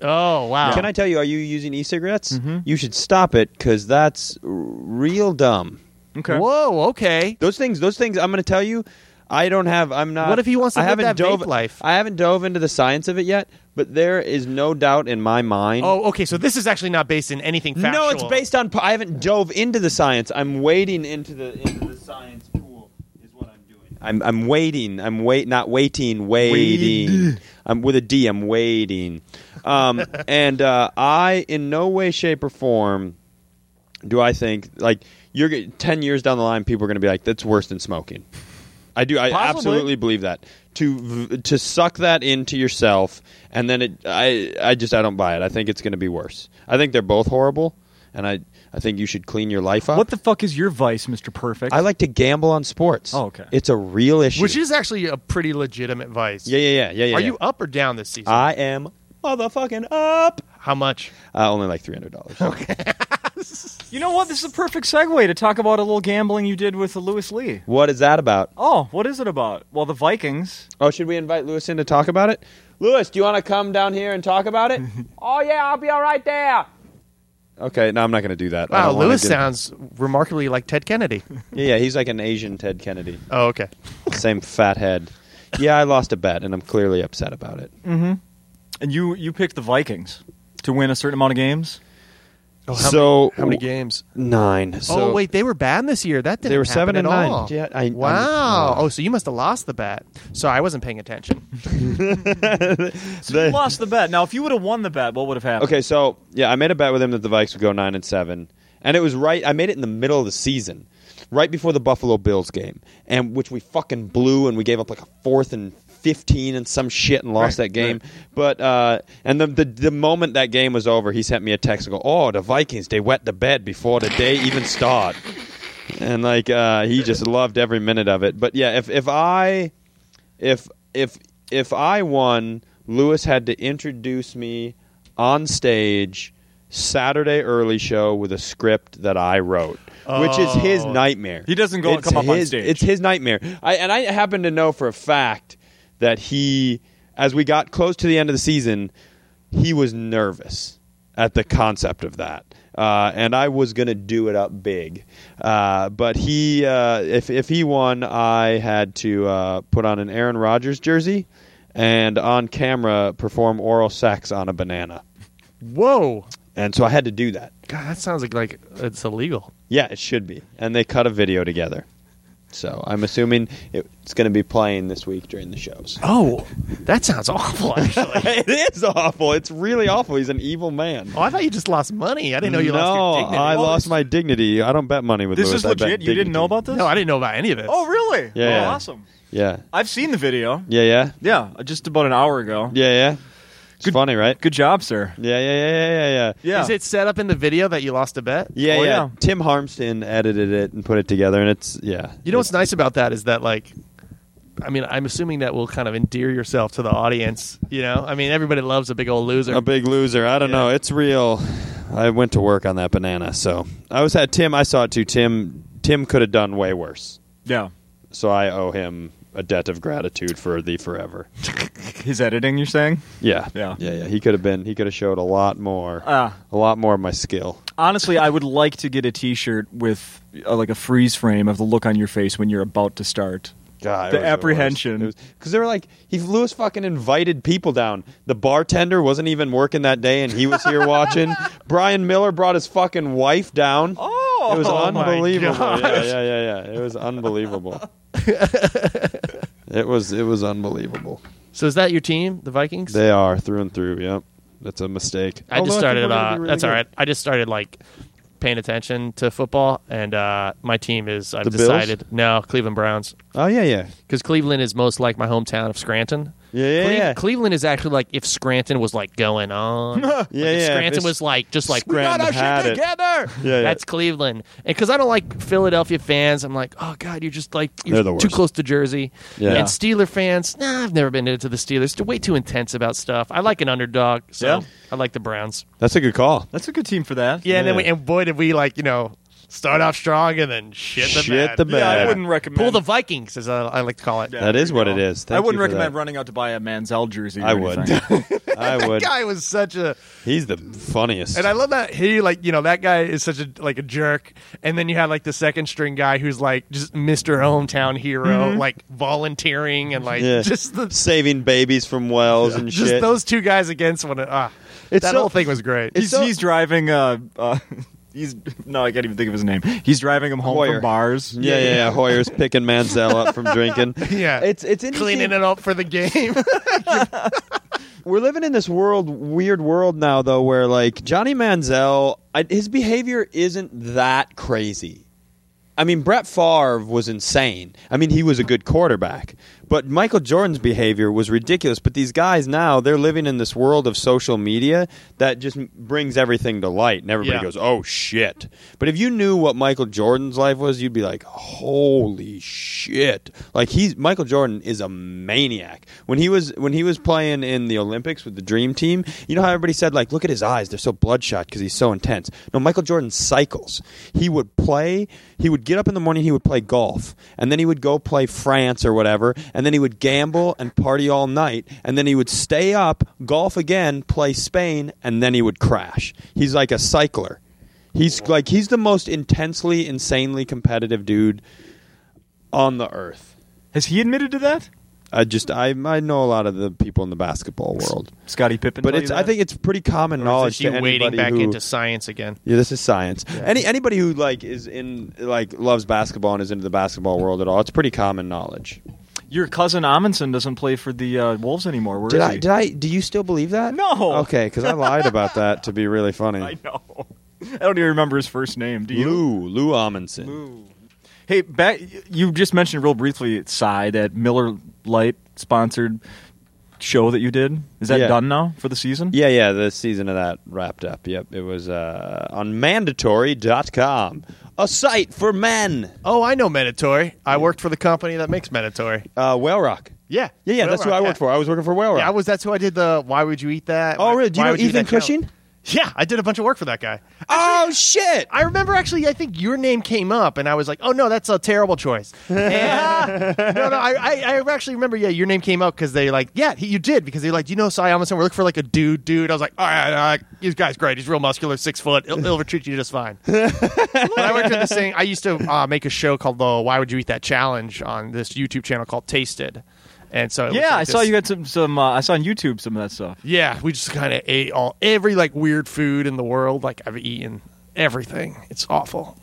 Oh Mm-hmm. wow! Can I tell you? Are you using e-cigarettes? You should stop it because that's r- real dumb. Okay. Whoa. Okay. Those things, those things. I'm going to tell you. I don't have. I'm not. What if he wants to I live haven't that dove, vape life? I haven't dove into the science of it yet, but there is no doubt in my mind. Oh, okay. So this is actually not based in anything factual. no, it's based on. I haven't dove into the science. I'm wading into the into the science pool. Is what I'm doing. I'm I'm waiting. I'm wait. Not waiting. Waiting. I'm with a D. I'm waiting. Um, and uh, I, in no way, shape, or form, do I think like you're g- ten years down the line, people are going to be like, that's worse than smoking. I do. I Possibly. absolutely believe that. To v- to suck that into yourself, and then it, I I just I don't buy it. I think it's going to be worse. I think they're both horrible, and I I think you should clean your life up. What the fuck is your vice, Mister Perfect? I like to gamble on sports. Oh, okay. It's a real issue. which is actually a pretty legitimate vice. yeah, yeah, yeah, yeah, yeah. Are yeah. you up or down this season? I am motherfucking up. How much? Uh, only like three hundred dollars. You know what? This is a perfect segue to talk about a little gambling you did with Lewis Lee. What is that about? Oh, what is it about? Well, the Vikings. Oh, should we invite Lewis in to talk about it? Lewis, do you want to come down here and talk about it? oh yeah, I'll be all right there. Okay, no, I'm not going to do that. I Wow, don't wanna Lewis get- sounds remarkably like Ted Kennedy. Yeah, yeah, he's like an Asian Ted Kennedy, oh, okay. same fat head. Yeah, I lost a bet, and I'm clearly upset about it. And you you picked the Vikings to win a certain amount of games. Oh, how so many, how many games? Nine. So, oh wait, they were bad this year. That didn't. They were happen seven at and nine. all. Yeah, I- I- wow. oh, so you must have lost the bet. So I wasn't paying attention. So you lost the bet. Now, if you would have won the bet, what would have happened? Okay, so yeah, I made a bet with him that the Vikes would go nine and seven, and it was right. I made it in the middle of the season, right before the Buffalo Bills game, and which we fucking blew, and we gave up like a fourth and fifteen and some shit and lost Right, that game. But uh, and the, the the moment that game was over, he sent me a text and go, "Oh, the Vikings they wet the bed before the day even start," and like uh, he just loved every minute of it. But yeah, if if I if if if I won, Lewis had to introduce me on stage Saturday early show with a script that I wrote, which is his Oh. nightmare. He doesn't go and It's come up on his- stage. It's his nightmare. I, and I happen to know for a fact that he, as we got close to the end of the season, he was nervous at the concept of that. Uh, and I was gonna do it up big, uh, but he uh, if if he won, I had to uh, put on an Aaron Rodgers jersey and on camera perform oral sex on a banana, Whoa. and so I had to do that. God, that sounds like like it's illegal. Yeah, it should be. And they cut a video together. So I'm assuming it's going to be playing this week during the shows. Oh, that sounds awful. Actually. it is awful. It's really awful. He's an evil man. oh, I thought you just lost money. I didn't know you no, uh, lost your dignity. I Well, lost my dignity. I don't bet money with This Lewis. is I bet legit. You dignity. didn't know about this? No, I didn't know about any of this. Oh, really? Yeah, Oh, yeah. awesome. Yeah, I've seen the video. yeah, yeah, Yeah, just about an hour ago. yeah, yeah. It's Good- funny, right? Good job, sir. Yeah, yeah, yeah, yeah, yeah, yeah. Yeah. Is it set up in the video that you lost a bet? Yeah, Oh, yeah. yeah. Tim Harmston edited it and put it together, and it's yeah. You know what's nice about that is that like I mean, I'm assuming that will kind of endear yourself to the audience, you know? I mean, everybody loves a big old loser. a big loser. I don't know. Yeah. It's real. I went to work on that banana, so I was at Tim. I saw it too. Tim Tim could have done way worse. Yeah. So I owe him a debt of gratitude for the forever. His editing, you're saying? Yeah, Yeah. yeah, yeah. He could have been. He could have showed a lot more. Ah. a lot more of my skill. Honestly, I would like to get a T-shirt with uh, like a freeze frame of the look on your face when you're about to start. God, The apprehension. because they were like, he Lewis fucking invited people down. The bartender wasn't even working that day, and he was here watching. Brian Miller brought his fucking wife down. Oh, it was my unbelievable. gosh. Yeah, yeah, yeah, yeah. It was unbelievable. it was it was unbelievable. so is that your team, the Vikings? They are through and through. Yep. That's a mistake. I Although just Oh, think started. we're gonna uh, be really that's all good. right. I just started like paying attention to football, and uh, my team is. I've The Bills? decided no Cleveland Browns Oh yeah, yeah, because Cleveland is most like my hometown of Scranton. yeah, yeah. Cle- yeah. Cleveland is actually like if Scranton was like going on. Like, Yeah, if yeah, Scranton it's- was like just like we got Scranton our had shit it. together. Yeah, yeah. That's Cleveland, and because I don't like Philadelphia fans, I'm like, oh god, you're just like you're They're the too worst. close to Jersey. Yeah. And Steeler fans, nah, I've never been into the Steelers. They're way too intense about stuff. I like an underdog, so Yeah. I like the Browns. That's a good call. That's a good team for that. Yeah, and then Yeah. we and boy did we like you know start off strong and then shit the Shit bed. the Yeah, I bad. wouldn't recommend. Pull the Vikings, as I, I like to call it. Yeah. That is there you what go. it is. I Thank wouldn't you for recommend that. running out to buy a Manziel jersey. or I would. anything. I That would. guy was such a, He's the funniest. and I love that he like you know that guy is such a like a jerk, and then you had like the second string guy who's like just Mister Hometown Hero, like volunteering and like Mm-hmm. Yeah. just the saving babies from wells and just shit. those two guys against one. Ah, It's that so- whole thing was great. he's, It's so- he's driving. Uh, uh, he's no, I can't even think of his name. He's driving him home Hoyer. from bars. yeah, yeah, yeah. Hoyer's picking Manziel up from drinking. Yeah. it's it's interesting. Cleaning it up for the game. We're living in this world, weird world now, though, where like Johnny Manziel, I, his behavior isn't that crazy. I mean, Brett Favre was insane. I mean, he was a good quarterback, but Michael Jordan's behavior was ridiculous. But these guys now, they're living in this world of social media that just m- brings everything to light, and everybody Yeah. goes, "Oh shit!" But if you knew what Michael Jordan's life was, you'd be like, "Holy shit!" Like he's Michael Jordan is a maniac. When he was when he was playing in the Olympics with the Dream Team, you know how everybody said like, "Look at his eyes; they're so bloodshot because he's so intense." No, Michael Jordan cycles. He would play. He would get up in the morning. He would play golf, and then he would go play France or whatever, and then he would gamble and party all night, and then he would stay up, golf again, play Spain, and then he would crash. He's like a cycler. He's like he's the most intensely, insanely competitive dude on the earth. Has he admitted to that? I just I I know a lot of the people in the basketball world, Scottie Pippen. but tell it's you I that? think it's pretty common knowledge to Is she anybody wading back who, into science again? yeah, this is science. Any anybody who like is in like loves basketball and is into the basketball world at all, it's pretty common knowledge. your cousin Amundsen doesn't play for the uh, Wolves anymore. Where is Did I he? did I do you still believe that? No. Okay, because I lied about that to be really I funny. know. I don't even remember his first name. Do you? Lou Lou Amundsen. Hey, back, you just mentioned real briefly, Cy, that Miller Light sponsored show that you did. Is that Yeah. done now for the season? Yeah, yeah, the season of that wrapped up. Yep, it was uh, on mandatory.com, a site for men. oh, I know Meditory. I worked for the company that makes Meditory. Uh, Whale Rock. Yeah, Yeah, yeah, that's who I worked for. I was working for Whale Rock. Yeah, I was. That's who I did the. Why would you eat that? Oh, Why- really? Do you why know would eat Ethan that challenge? Cushing? Yeah, I did a bunch of work for that guy. Oh shit! I remember actually. I think your name came up, and I was like, "Oh no, that's a terrible choice." And- no, no, I, I, I actually remember. Yeah, your name came up because they like, yeah, he, you did because they're like, you know, Cy Amundsen, we're looking for like a dude, dude. I was like, all right, all right, this guy's great. He's real muscular, six foot. He'll, he'll treat you just fine. when I worked at this thing, I used to uh, make a show called the "Why Would You Eat That" challenge on this YouTube channel called Tasted, and so it was Yeah, like I saw this- you had some. Some uh, I saw on YouTube some of that stuff. yeah, we just kind of ate all every like weird food in the world. Like I've eaten everything. It's awful.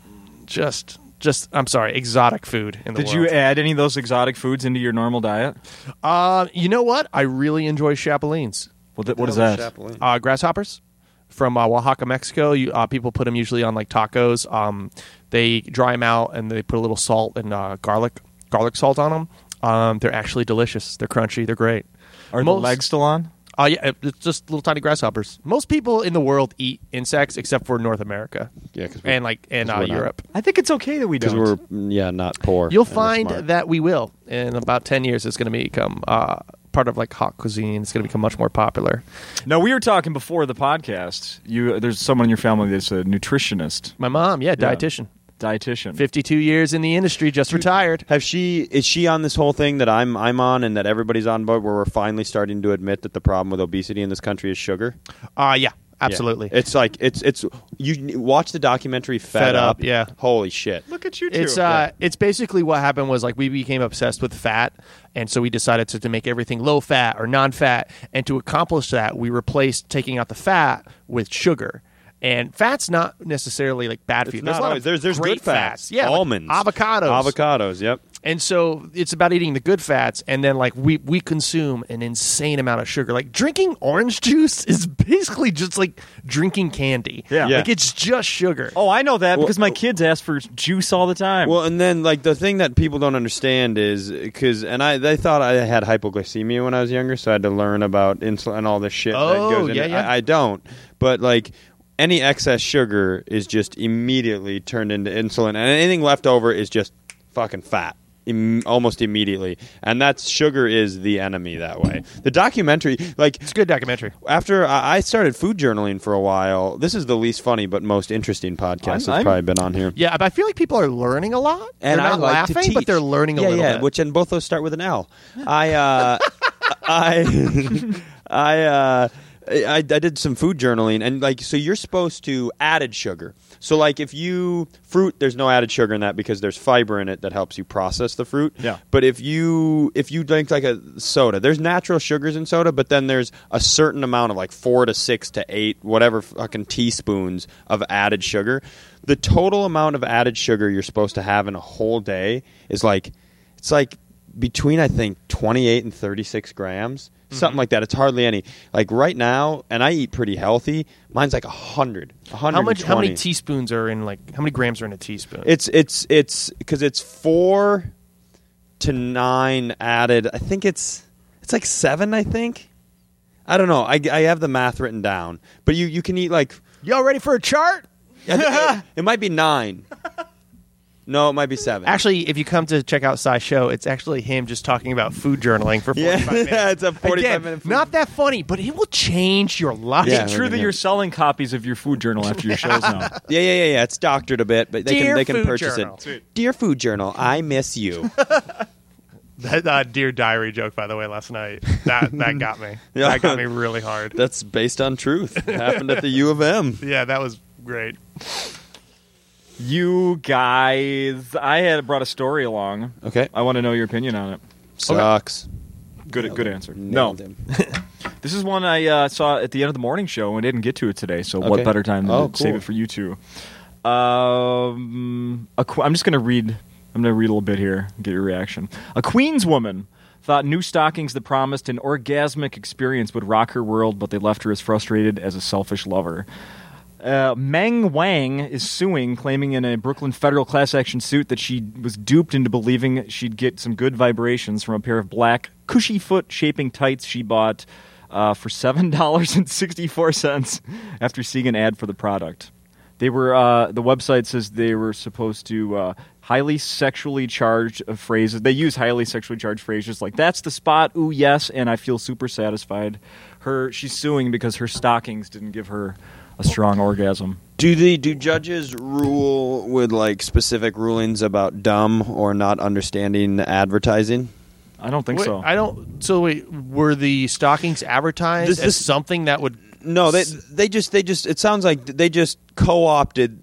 Just, just I'm sorry, exotic food in the Did you world. add any of those exotic foods into your normal diet? You? Uh, you know what? I really enjoy chapelines, Well, th- what is that? uh, grasshoppers from uh, Oaxaca, Mexico. You, uh, people put them usually on like tacos. Um, they dry them out and they put a little salt and uh, garlic, garlic salt on them. Um, they're actually delicious. They're crunchy. They're great. Are Most- the legs still on? Uh, yeah, it's just little tiny grasshoppers. Most people in the world eat insects except for North America. Yeah, 'cause we- and like and 'cause uh, we're not. Europe. I think it's okay that we Because don't. we're mm, yeah not poor. You'll and we're find smart. that we will in about ten years. It's going to become uh, part of like hot cuisine. It's going to become much more popular. no, we were talking before the podcast. You, there's someone in your family that's a nutritionist, My mom, yeah, dietitian, dietitian. fifty-two years in the industry, just retired. Have she is she on this whole thing that I'm I'm on and that everybody's on board where we're finally starting to admit that the problem with obesity in this country is sugar? Uh yeah, absolutely. Yeah. It's like it's it's you watch the documentary Fed, Fed Up, yeah. Holy shit. Look at you two. It's uh, it's basically what happened was like we became obsessed with fat, and so we decided to, to make everything low fat or non fat, and to accomplish that, we replaced taking out the fat with sugar. And fat's not necessarily like bad for you. Not a lot always- of there's there's great good fats. Yeah, like almonds, avocados, avocados. Yep. And so it's about eating the good fats, and then like we we consume an insane amount of sugar. Like drinking orange juice is basically just like drinking candy. Yeah. Yeah. like it's just sugar. Oh, I know that Well- because my kids ask for juice all the time. Well, and then like the thing that people don't understand is because and I they thought I had hypoglycemia when I was younger, so I had to learn about insulin and all this shit Oh, that goes in. yeah, it. yeah. I, I don't, but like any excess sugar is just immediately turned into insulin, and anything left over is just fucking fat. Im- almost immediately, and that's sugar is the enemy that way. The documentary, like It's a good documentary. after I I started food journaling for a while, this is the least funny but most interesting podcast that's I'm- probably been on here Yeah, but I feel like people are learning a lot. they're not laughing, but they're learning a yeah, little yeah, bit. Which and both those start with an L. I uh, I I uh. I, I did some food journaling and like so you're supposed to added sugar so like if you fruit there's no added sugar in that because there's fiber in it that helps you process the fruit Yeah. but if you if you drink like a soda there's natural sugars in soda but then there's a certain amount of like four to six to eight whatever fucking teaspoons of added sugar the total amount of added sugar you're supposed to have in a whole day is like it's like between I think 28 and 36 grams, Mm-hmm. something like that. It's hardly any. Like right now, and I eat pretty healthy. Mine's like 100, 100. how much? How many teaspoons are in like? How many grams are in a teaspoon? It's it's it's because it's four to nine added. I think it's it's like seven. I think. I don't know. I, I have the math written down, but you you can eat like Y'all ready for a chart? I think it, it might be nine. No, it might be seven. Actually, if you come to check out Sai's show, it's actually him just talking about food journaling for 45 yeah, minutes. it's a forty-five Again, minute. food not that funny, but it will change your life. Yeah. it's true that you're selling copies of your food journal after your shows now. Yeah, yeah, yeah, yeah. It's doctored a bit, but they Dear can they can Food purchase Journal. it. Dear Food Journal, I miss you. That uh, dear diary joke, by the way, last night that that got me. Yeah. That got me really hard. That's based on truth. It happened at the U of M. Yeah, that was great. You guys, I had brought a story along. Okay, I want to know your opinion on it. sucks. Good, good answer. Nailed no, him. this is one I uh, saw at the end of the morning show and didn't get to it today. So what Okay. better time than Oh, to save cool. it for you two? Um, a qu- I'm just gonna read. I'm gonna read a little bit here. and Get your reaction. A Queens woman thought new stockings that promised an orgasmic experience would rock her world, but they left her as frustrated as a selfish lover. Uh, Meng Wang is suing, claiming in a Brooklyn federal class action suit that she was duped into believing she'd get some good vibrations from a pair of black, cushy foot shaping tights she bought uh, for $7.64 after seeing an ad for the product. They were, uh, the website says they were supposed to uh, highly sexually charged uh, phrases. They use highly sexually charged phrases like, that's the spot, ooh, yes, and I feel super satisfied. Her, she's suing because her stockings didn't give her a strong orgasm. Do the do judges rule with like specific rulings about dumb or not understanding advertising? I don't think Wait, so. I don't. So wait, were the stockings advertised This- as this- something that would? No, they they just they just it sounds like they just co-opted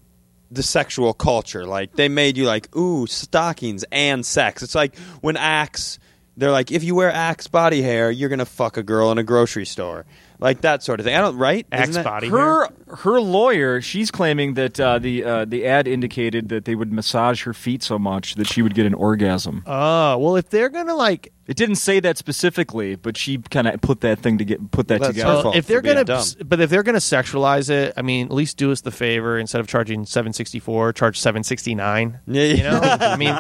the sexual culture. Like they made you like ooh stockings and sex. It's like when Axe they're like if you wear Axe body hair, you're going to fuck a girl in a grocery store. Like that sort of thing. I don't right? Isn't Axe that- body hair. her her lawyer, she's claiming that uh, the uh, the ad indicated that they would massage her feet so much that she would get an orgasm. Oh well, if they're gonna like, It didn't say that specifically, but she kind of put that thing to get put that That's together. her fault uh, if they're for being gonna, dumb. but if they're gonna sexualize it, I mean, at least do us the favor instead of charging seven sixty four, charge seven sixty nine. Yeah, yeah. You know, I mean,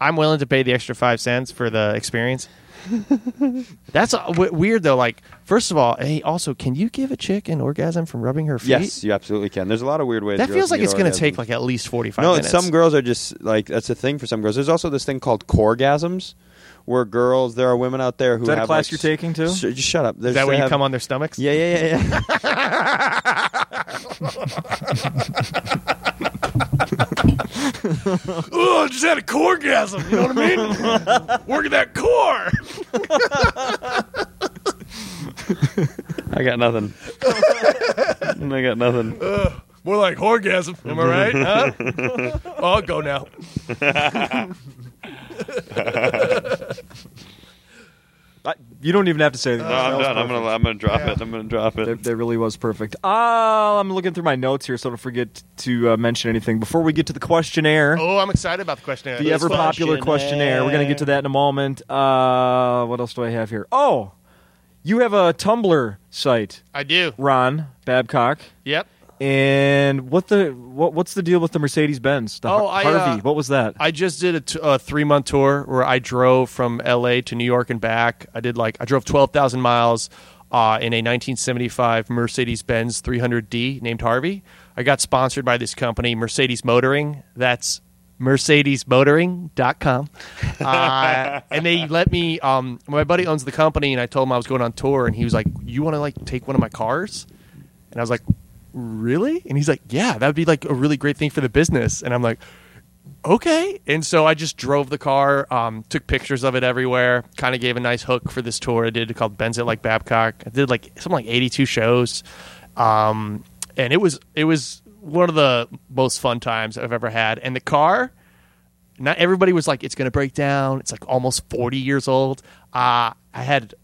I'm willing to pay the extra five cents for the experience. That's uh, w- weird though. Like, first of all, hey, also, can you give a chick an orgasm from rubbing her feet? Yes, you absolutely can. There's a lot of weird ways. That girls feels can like get it's going to orgasms. take like at least 45 no, minutes. it's some girls are just like that's a thing for some girls. There's also this thing called corgasms, where girls there are women out there who Is that a have class like, you're taking, too? s- just shut up. Is that when you come on their stomachs? Yeah, yeah, yeah, yeah. Oh, I just had a corgasm. You know what I mean? Working that core. I got nothing. I got nothing. More like orgasm. Am I right? Huh? oh, I'll go now. I, You don't even have to say anything. No, That I'm was done. I'm perfect. gonna I'm gonna drop it. I'm gonna drop it. That, that really was perfect. Uh, I'm looking through my notes here, so don't forget to uh, mention anything before we get to the questionnaire. Oh, I'm excited about the questionnaire. the ever popular questionnaire. We're going to get to that in a moment. Uh, what else do I have here? Oh, you have a Tumblr site, I do. Ron Babcock. Yep. And what the what, what's the deal with the Mercedes Benz? The Har- Oh, I, uh, Harvey. what was that? I just did a t- a three month tour where I drove from L.A. to New York and back. I did like I drove twelve thousand miles uh, in a 1975 Mercedes Benz 300D named Harvey. I got sponsored by this company, Mercedes Motoring. That's mercedesmotoring.com uh, and they let me um, my buddy owns the company and i told him i was going on tour and he was like you want to like take one of my cars and i was like really and he's like yeah that would be like a really great thing for the business and i'm like okay. And so I just drove the car, um, took pictures of it everywhere, kind of gave a nice hook for this tour I did called Benz It Like Babcock. I did like something like 82 shows. Um, and it was, it was one of the most fun times I've ever had. And the car, not everybody was like, it's going to break down. It's like almost 40 years old. Uh, I had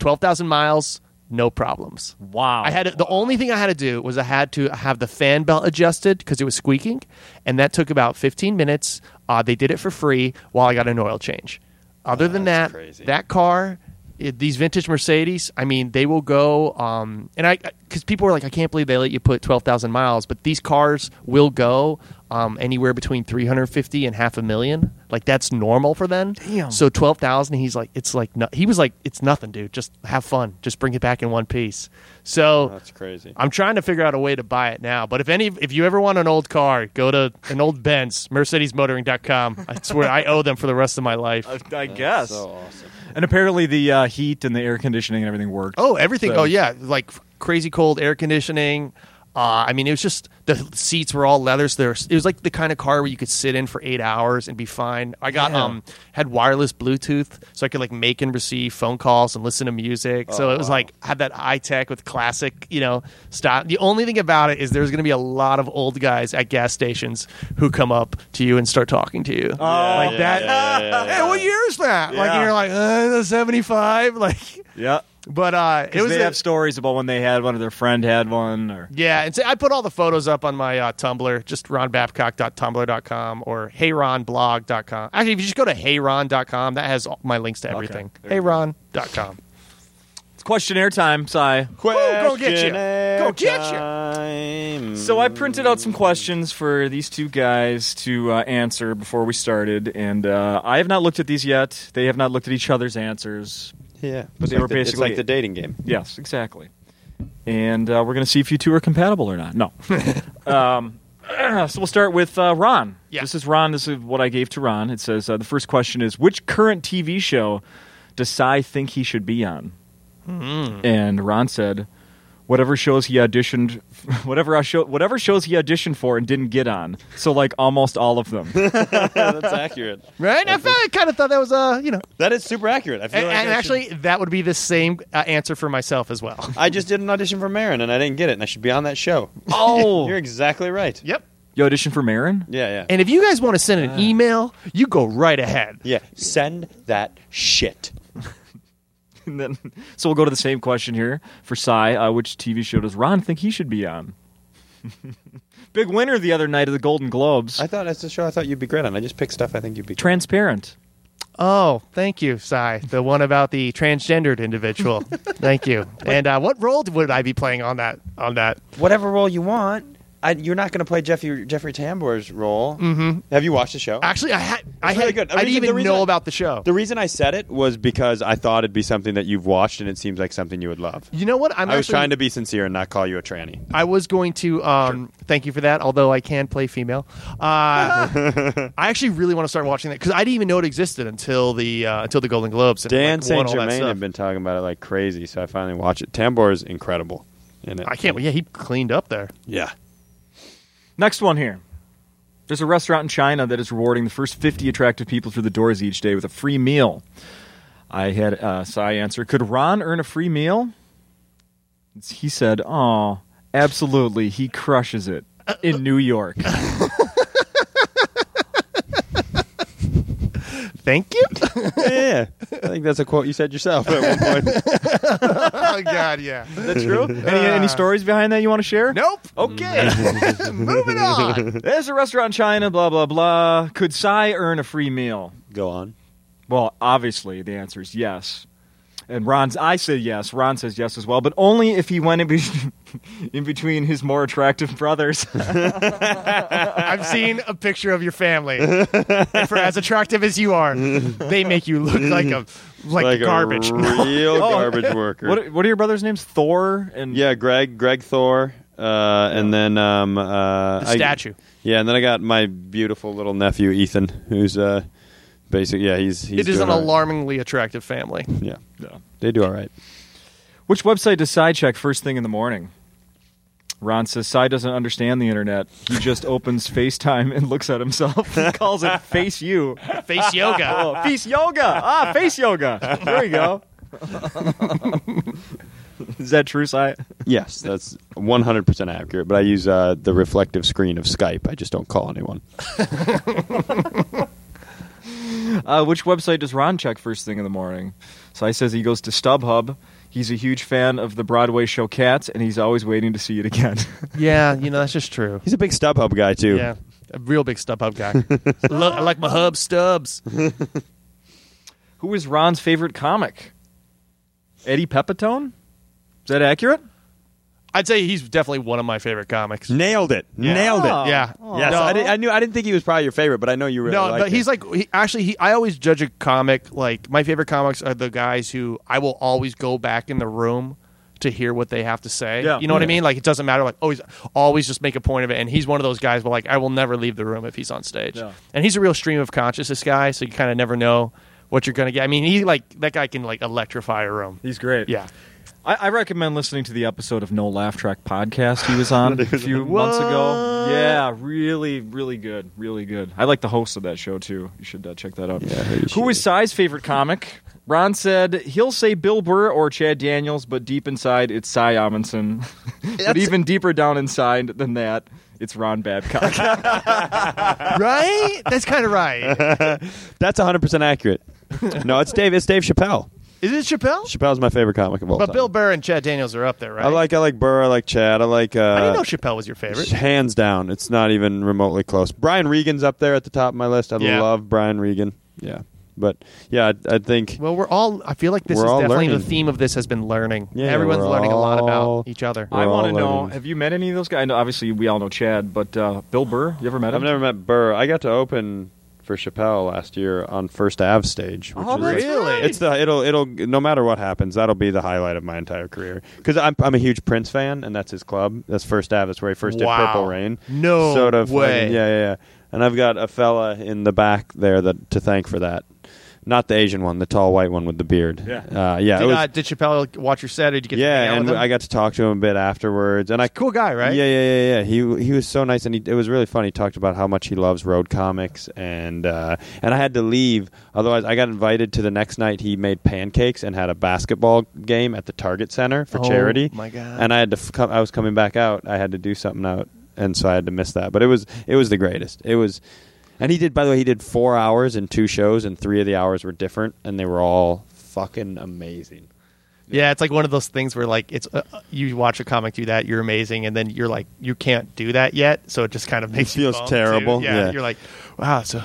12,000 miles, no problems. wow. I had the only thing I had to do was I had to have the fan belt adjusted because it was squeaking, and that took about 15 minutes. Uh, they did it for free while I got an oil change. Other than that, that's crazy. that car, it, these vintage Mercedes, I mean, they will go. Um, and I, because people were like, I can't believe they let you put 12,000 miles, but these cars will go um, anywhere between 350 and half a million. Like that's normal for them. Damn. So 12,000, he's like, it's like, no, he was like, it's nothing, dude. Just have fun. Just bring it back in one piece. So Oh, That's crazy. I'm trying to figure out a way to buy it now. But if any, if you ever want an old car, go to an old Benz, MercedesMotoring.com. I swear, I owe them for the rest of my life. I, I guess. So awesome. And apparently the uh, heat and the air conditioning and everything worked. Oh, everything. So- Oh, yeah, like f- crazy cold air conditioning. Uh, I mean, it was just the seats were all leather. So there's, it was like the kind of car where you could sit in for eight hours and be fine. I got Yeah. um had wireless Bluetooth, so I could like make and receive phone calls and listen to music. so Oh, it was like had that high tech with classic, you know, style. The only thing about it is there's going to be a lot of old guys at gas stations who come up to you and start talking to you like yeah, that. Oh, yeah, yeah, yeah, Hey, what yeah. year is that? Like Yeah. you're like uh, seventy five, like. yeah. But uh, it was they a- have stories about when they had one or their friend had one or yeah, and so I put all the photos up on my uh, Tumblr, just ronbabcock.tumblr.com or heyronblog.com. Actually, if you just go to heyron.com, that has all my links to everything. There you go. Heyron.com. it's questionnaire time, Cy. go get you. Go get you. you. So I printed out some questions for these two guys to uh, answer before we started, and uh, I have not looked at these yet. They have not looked at each other's answers. Yeah, But it's they like were the- it's basically- like the dating game. Yes, exactly. And uh, we're going to see if you two are compatible or not. No. um, so we'll start with uh, Ron. Yeah. This is Ron. This is what I gave to Ron. It says uh, the first question is which current TV show does Cy think he should be on? And Ron said, whatever shows he auditioned, whatever I show, whatever shows he auditioned for and didn't get on. So like almost all of them. That's accurate. Right? I, felt, I kind of thought that was, uh, you know. That is super accurate. I feel And, like and I should- actually, that would be the same uh, answer for myself as well. I just did an audition for Marin and I didn't get it, and I should be on that show. oh, You're exactly right. Yep. you auditioned for Marin? Yeah, yeah, And if you guys want to send an email, you go right ahead. yeah. Send that shit. And then, so we'll go to the same question here for Cy. Uh, which TV show does Ron think he should be on? Big winner the other night of the Golden Globes. I thought that's the show I thought you'd be great on. I just picked stuff I think you'd be. Transparent. Oh, thank you, Cy. The one about the transgendered individual. thank you. And uh, what role would I be playing on that? On that? Whatever role you want. I, you're not going to play Jeffrey Jeffrey Tambor's role. Mm-hmm. Have you watched the show? Actually, I had. I It's had. really good. The I didn't reason- the even reason know I- about the show. The reason I said it was because I thought it'd be something that you've watched, and it seems like something you would love. you know what? I'm I was actually- trying to be sincere and not call you a tranny. I was going to. Um, Thank you for that. Although I can play female, uh, I actually really want to start watching that because I didn't even know it existed until the uh, until the Golden Globes. And, Dan like, Saint won all that Germain stuff. have been talking about it like crazy, so I finally watched it. Tambor is incredible. In it. I can't. Yeah, he cleaned up there. Yeah. Next one here. There's a restaurant in China that is rewarding the first 50 attractive people through the doors each day with a free meal. I had uh, Cy answer, could Ron earn a free meal? He said, oh, absolutely. He crushes it in New York. Thank you. yeah. I think that's a quote you said yourself at one point. oh God, yeah. That's true. Any, any stories behind that you want to share? Nope. Okay. Moving on. There's a restaurant in China, blah, blah, blah. Could Psy earn a free meal? Go on. Well, obviously, the answer is yes. And Ron's, I say yes. Ron says yes as well, but only if he went in, be- in between his more attractive brothers. I've seen a picture of your family. And for as attractive as you are, they make you look like a like, Like garbage. Oh. a real garbage worker. what, what are your brothers' names? Thor and Yeah, Greg, Greg Thor, uh, and then um, uh, The I- statue. yeah, and then I got my beautiful little nephew Ethan, who's uh, basic. Yeah, he's, he's it is doing an all right. alarmingly attractive family. Yeah, Yeah. they do all right. Which website does Psy check first thing in the morning? Ron says Psy doesn't understand the internet. He just opens FaceTime and looks at himself. He calls it Face You. Face yoga. Oh, face Yoga. Ah, Face Yoga. There we go. Is that true, Psy? Yes, that's 100% accurate. But I use uh, the reflective screen of Skype. I just don't call anyone. Uh, which website does Ron check first thing in the morning? Psy says he goes to StubHub. He's a huge fan of the Broadway show Cats, and he's always waiting to see it again. Yeah, you know that's just true. He's a big StubHub guy too. Yeah, a real big stub hub guy. Lo- I like my hub stubs. Who is Ron's favorite comic? Eddie Pepitone? Is that accurate? I'd say he's definitely one of my favorite comics. Nailed it. Yeah. Nailed Oh. it. Yeah. Yes, No. I, did, I knew. I didn't think he was probably your favorite, but I know you really. no, liked but he's it. like he, actually. He, I always judge a comic like my favorite comics are the guys who I will always go back in the room to hear what they have to say. Yeah. You know what I Yeah. mean? Like it doesn't matter. Like always, always just make a point of it. And he's one of those guys. But like I will never leave the room if he's on stage. Yeah. And he's a real stream of consciousness guy, so you kind of never know what you're gonna get. I mean, he like that guy can like electrify a room. He's great. Yeah. I, I recommend listening to the episode of No Laugh Track podcast he was on a few months ago. Yeah, really, really good. Really good. I like the host of that show, too. You should uh, check that out. Yeah, I heard you Who should. is Sai's favorite comic? Ron said he'll say Bill Burr or Chad Daniels, but deep inside, it's Cy Amundsen. but even deeper down inside than that, it's Ron Babcock. right? That's kind of right. that's 100% accurate. no, it's Dave. It's Dave Chappelle. Is it Chappelle? Chappelle's my favorite comic of all But time. Bill Burr and Chad Daniels are up there, right? I like I like Burr. I like Chad. I like. Uh, I didn't know Chappelle was your favorite. Hands down, it's not even remotely close. Brian Regan's up there at the top of my list. I Yeah. love Brian Regan. Yeah, but yeah, I, I think Well, we're all. I feel like this We're is all definitely the learning. theme of this has been learning. Yeah, Everyone's we're learning a lot all- about each other. I We're want to all know learning. have you met any of those guys? I know, obviously, we all know Chad, but uh, Bill Burr, you ever met him? I've never met Burr. I got to open for Chappelle last year on First Ave stage. Which Oh, is that's Really? It's the it'll it'll no matter what happens that'll be the highlight of my entire career because I'm I'm a huge Prince fan and that's his club that's First Ave that's where he first did Wow. Purple Rain No sort of way. yeah yeah yeah and I've got a fella in the back there that to thank for that not the Asian one the tall white one with the beard Yeah. uh, yeah Did, it was, uh, did Chappelle watch your set? Or did you get to hang yeah out and with him? I got to talk to him a bit afterwards and I cool guy, right? yeah, yeah, yeah, yeah. He he was so nice, and he, it was really fun. He talked about how much he loves road comics, and uh, and I had to leave. Otherwise, I got invited to the next night. He made pancakes and had a basketball game at the Target Center for Oh, charity. my God. And I had to f- come. I was coming back out. I had to do something out, and so I had to miss that. But it was it was the greatest. It was. And he did. By the way, he did four hours in two shows, and three of the hours were different, and they were all fucking amazing. Yeah, it's like one of those things where like it's uh, you watch a comic do that, you're amazing, and then you're like you can't do that yet, so it just kind of makes you feels bummed, terrible, too. Yeah, yeah. you're like, wow, so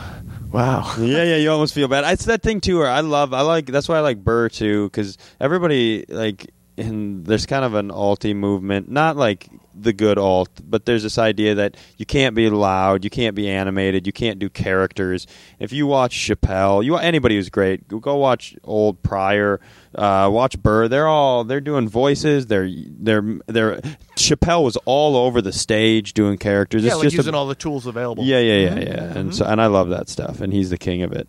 wow. yeah, yeah, you almost feel bad. It's that thing too, where I love, I like. That's why I like Burr too, because everybody like, and there's kind of an alty movement, not like the good alt, but there's this idea that you can't be loud, you can't be animated, you can't do characters. If you watch Chappelle, you anybody who's great, go- go watch old Pryor, uh, watch Burr. They're all they're doing voices. They're they're they're Chappelle was all over the stage doing characters. Yeah, it's like just a- using all the Mm-hmm, tools available. yeah, yeah, yeah, yeah, and so and I love that stuff, and he's the king of it.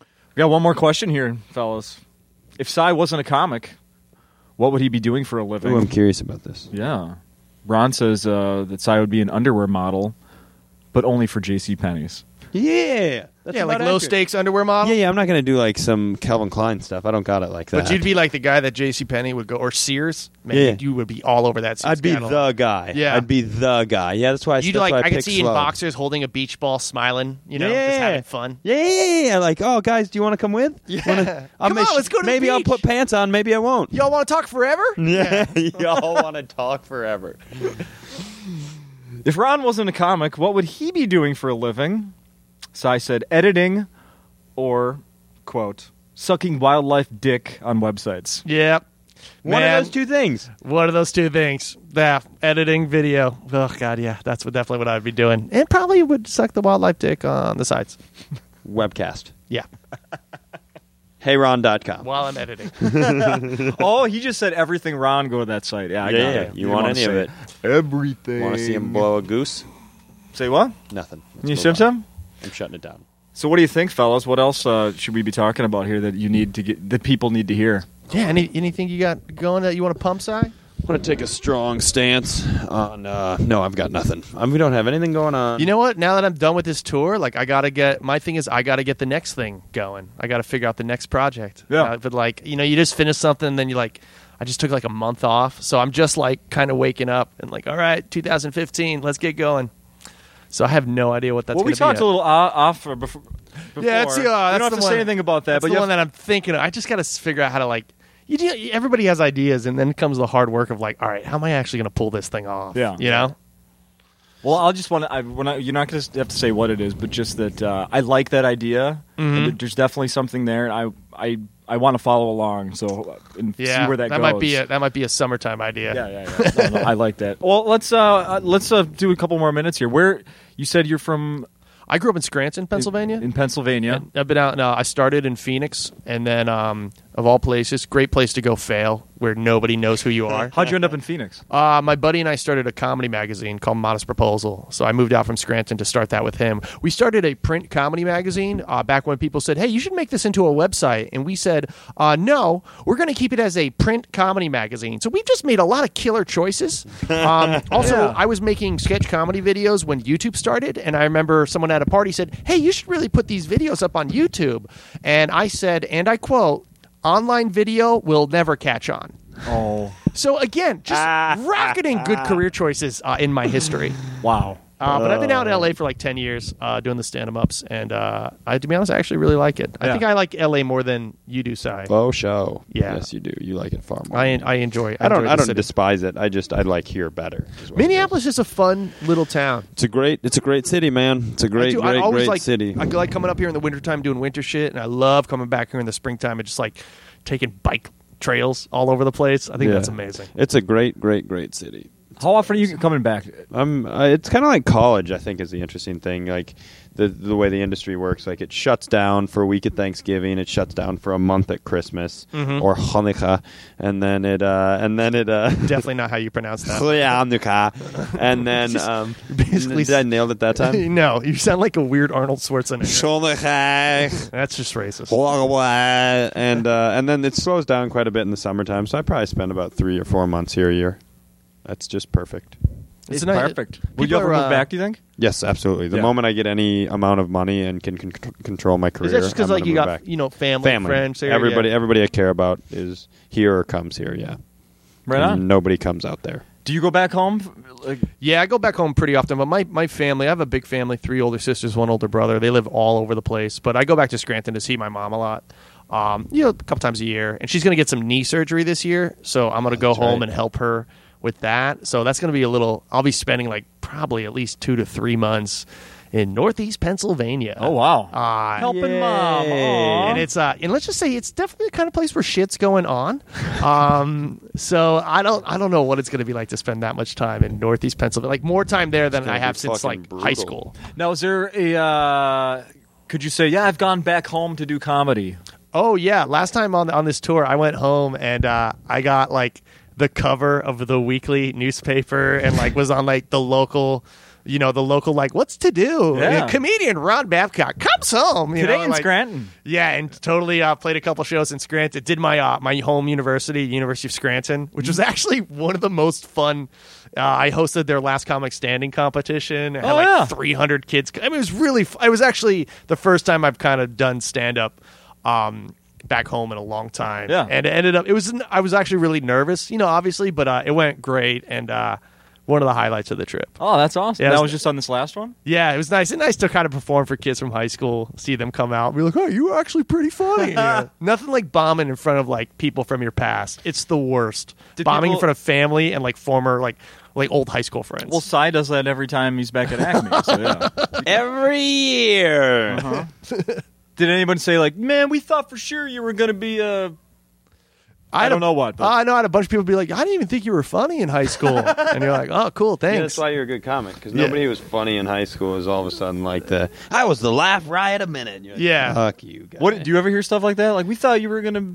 We got one more question here, fellas. If Cy wasn't a comic, what would he be doing for a living? Ooh, I'm curious about this. yeah. Ron says uh, that Cy would be an underwear model, but only for J.C. Penney's. Yeah, that's yeah, like about low accurate. stakes underwear model. Yeah, yeah. I'm not gonna do like some Calvin Klein stuff. I don't got it like that. But you'd be like the guy that J.C. Penney would go or Sears. Man, Yeah. you would be all over that. Sears I'd be catalog. the guy. Yeah. I'd be the guy. Yeah, that's why. I, You'd that's like why I, I, could picked see in slow. boxers holding a beach ball, smiling. You know, just having fun. Yeah, yeah, yeah, yeah. Like, oh, guys, do you want to come with? Yeah. Come on, let's go to the Maybe I'll beach. put pants on. Maybe I won't. Y'all want to talk forever? Yeah, y'all want to talk forever. If Ron wasn't a comic, what would he be doing for a living? Cy said, editing or, quote, sucking wildlife dick on websites. Yeah. One Man, of those two things. One of those two things. Yeah, editing video. Oh God, yeah, that's what definitely what I'd be doing, and probably would suck the wildlife dick on the sides. Webcast. Yeah, HeyRon.com. while I'm editing. oh, he just said everything Ron, go to that site. Yeah, I Yeah, got yeah. it. You want any of it? Everything. Want to see him blow a goose? Say what? Nothing. Let's You move sim on. sim? I'm shutting it down. So what do you think, fellas? What else uh, should we be talking about here that you need to get that people need to hear? yeah. Any, anything you got going that you want to pump, Si? I want to take a strong stance on. Uh, no, I've got nothing. Um, we don't have anything going on. You know what? Now that I'm done with this tour, like I gotta get my thing is I gotta get the next thing going. I gotta figure out the next project. Yeah. Uh, but like you know, you just finish something, then you like, I just took like a month off, so I'm just like kind of waking up and like, all right, 2015, let's get going. So I have no idea what that's. well, we gonna talked be a little uh, off or before. before. you Yeah, that's the- uh, that's don't the have to one- say anything about that, That's but the you one have- that I'm thinking. Of. I just gotta s- figure out how to like. You do, everybody has ideas, and then comes the hard work of like, all right, how am I actually gonna pull this thing off? Yeah. You know. well, I'll just want to. I, when I, you're not going to have to say what it is, but just that uh, I like that idea. Mm-hmm. And that there's definitely something there, and I I I want to follow along. So uh, and Yeah. see where that, goes. might be a that might be a summertime idea. Yeah, yeah, yeah. No, no, I like that. Well, let's uh, uh, let's uh, do a couple more minutes here. Where you said you're from I grew up in Scranton, Pennsylvania. in Pennsylvania. I've been out. No, I started in Phoenix, and then um, of all places, great place to go fail, where nobody knows who you are. How'd you end up in Phoenix? Uh, my buddy and I started a comedy magazine called Modest Proposal. So I moved out from Scranton to start that with him. We started a print comedy magazine uh, back when people said, hey, you should make this into a website. And we said, uh, no, we're going to keep it as a print comedy magazine. So we've just made a lot of killer choices. Um, also, I was making sketch comedy videos when YouTube started. And I remember someone at a party said, hey, you should really put these videos up on YouTube. And I said, and I quote, online video will never catch on. Oh, So again, just rocketing good career choices uh, in my history. wow. Uh, but I've been out in LA for like ten years uh, doing the stand ups, and uh, I, to be honest, I actually really like it. I Yeah. think I like LA more than you do, Sai. Faux show. Yeah. Yes, you do. You like it far more. I I enjoy. I, I don't. enjoy I the don't city. despise it. I just I like here better. is what it is. Minneapolis is a fun little town. It's a great. It's a great city, man. It's a great, I do. I great, always great like city. I like coming up here in the wintertime doing winter shit, and I love coming back here in the springtime and just like taking bike trails all over the place. I think Yeah. that's amazing. It's a great, great, great city. How often are you coming back? I'm. Uh, it's kind of like college. I think is the interesting thing. Like the the way the industry works. Like it shuts down for a week at Thanksgiving. It shuts down for a month at Christmas Mm-hmm. or Hanukkah, and then it. Uh, and then it. Uh, Definitely not how you pronounce that. Hanukkah, and then um, basically- did I nailed it that time? no, you sound like a weird Arnold Schwarzenegger. Hanukkah. That's just racist. Blah, blah, and uh, and then it slows down quite a bit in the summertime. So I probably spend about three or four months here a year. That's just perfect. It's, not- perfect. Would you people ever are, move uh, back? Do you think? Yes, absolutely. The Yeah. moment I get any amount of money and can con- control my career, Is that just because I'm like gonna you move got back. you know family, family, friends, there, everybody, yeah. everybody I care about is here or comes here. Yeah, Right And on. Nobody comes out there. Do you go back home? Like, Yeah, I go back home pretty often, but my my family, I have a big family, three older sisters, one older brother. They live all over the place, but I go back to Scranton to see my mom a lot. Um, you know, a couple times a year, and she's going to get some knee surgery this year, so I'm going to go That's home right. and help her with that. So that's going to be a little. I'll be spending like probably at least two to three months in Northeast Pennsylvania. oh wow, Uh, helping mom. Aw. and it's uh and let's just say it's definitely the kind of place where shit's going on um so i don't i don't know what it's going to be like to spend that much time in northeast pennsylvania like more time there than gonna i be have since fucking like high brutal. school now is there a? Uh, could you say, yeah, I've gone back home to do comedy? oh yeah last time on on this tour i went home and uh i got like the cover of the weekly newspaper and like was on like the local you know, the local like, what's to do? Yeah. comedian Ron Babcock comes home you Today know, in like- Scranton. Yeah, and totally uh, played a couple shows in Scranton. Did my uh, my home university, University of Scranton, which Mm-hmm. was actually one of the most fun. Uh, I hosted their last comic standing competition. I had Oh, like yeah. 300 kids. I mean, it was really. F- it was actually the first time I've kind of done stand up. Um, back home in a long time Yeah. and it ended up it was an- i was actually really nervous you know obviously but uh, it went great and uh, one of the highlights of the trip Oh, that's awesome. Yeah, that it's- was just on this last one. yeah, it was nice. It's nice to kind of perform for kids from high school, see them come out, and be like, "Oh, you were actually pretty funny." Yeah. Nothing like bombing in front of like people from your past. It's the worst. Did bombing people- in front of family and like former like like old high school friends. Well, Cy does that every time he's back at Acme. so, yeah. Every year. Did anyone say like, "Man, we thought for sure you were going to be a"? I had don't a- know what, but- I know I had a bunch of people be like, "I didn't even think you were funny in high school," and you're like, "Oh, cool, Yeah, thanks." that's why you're a good comic because Yeah. nobody who was funny in high school is all of a sudden like the I was the laugh riot a minute. You're like, Yeah. fuck you. Guy. What do you ever hear stuff like that? Like, we thought you were going to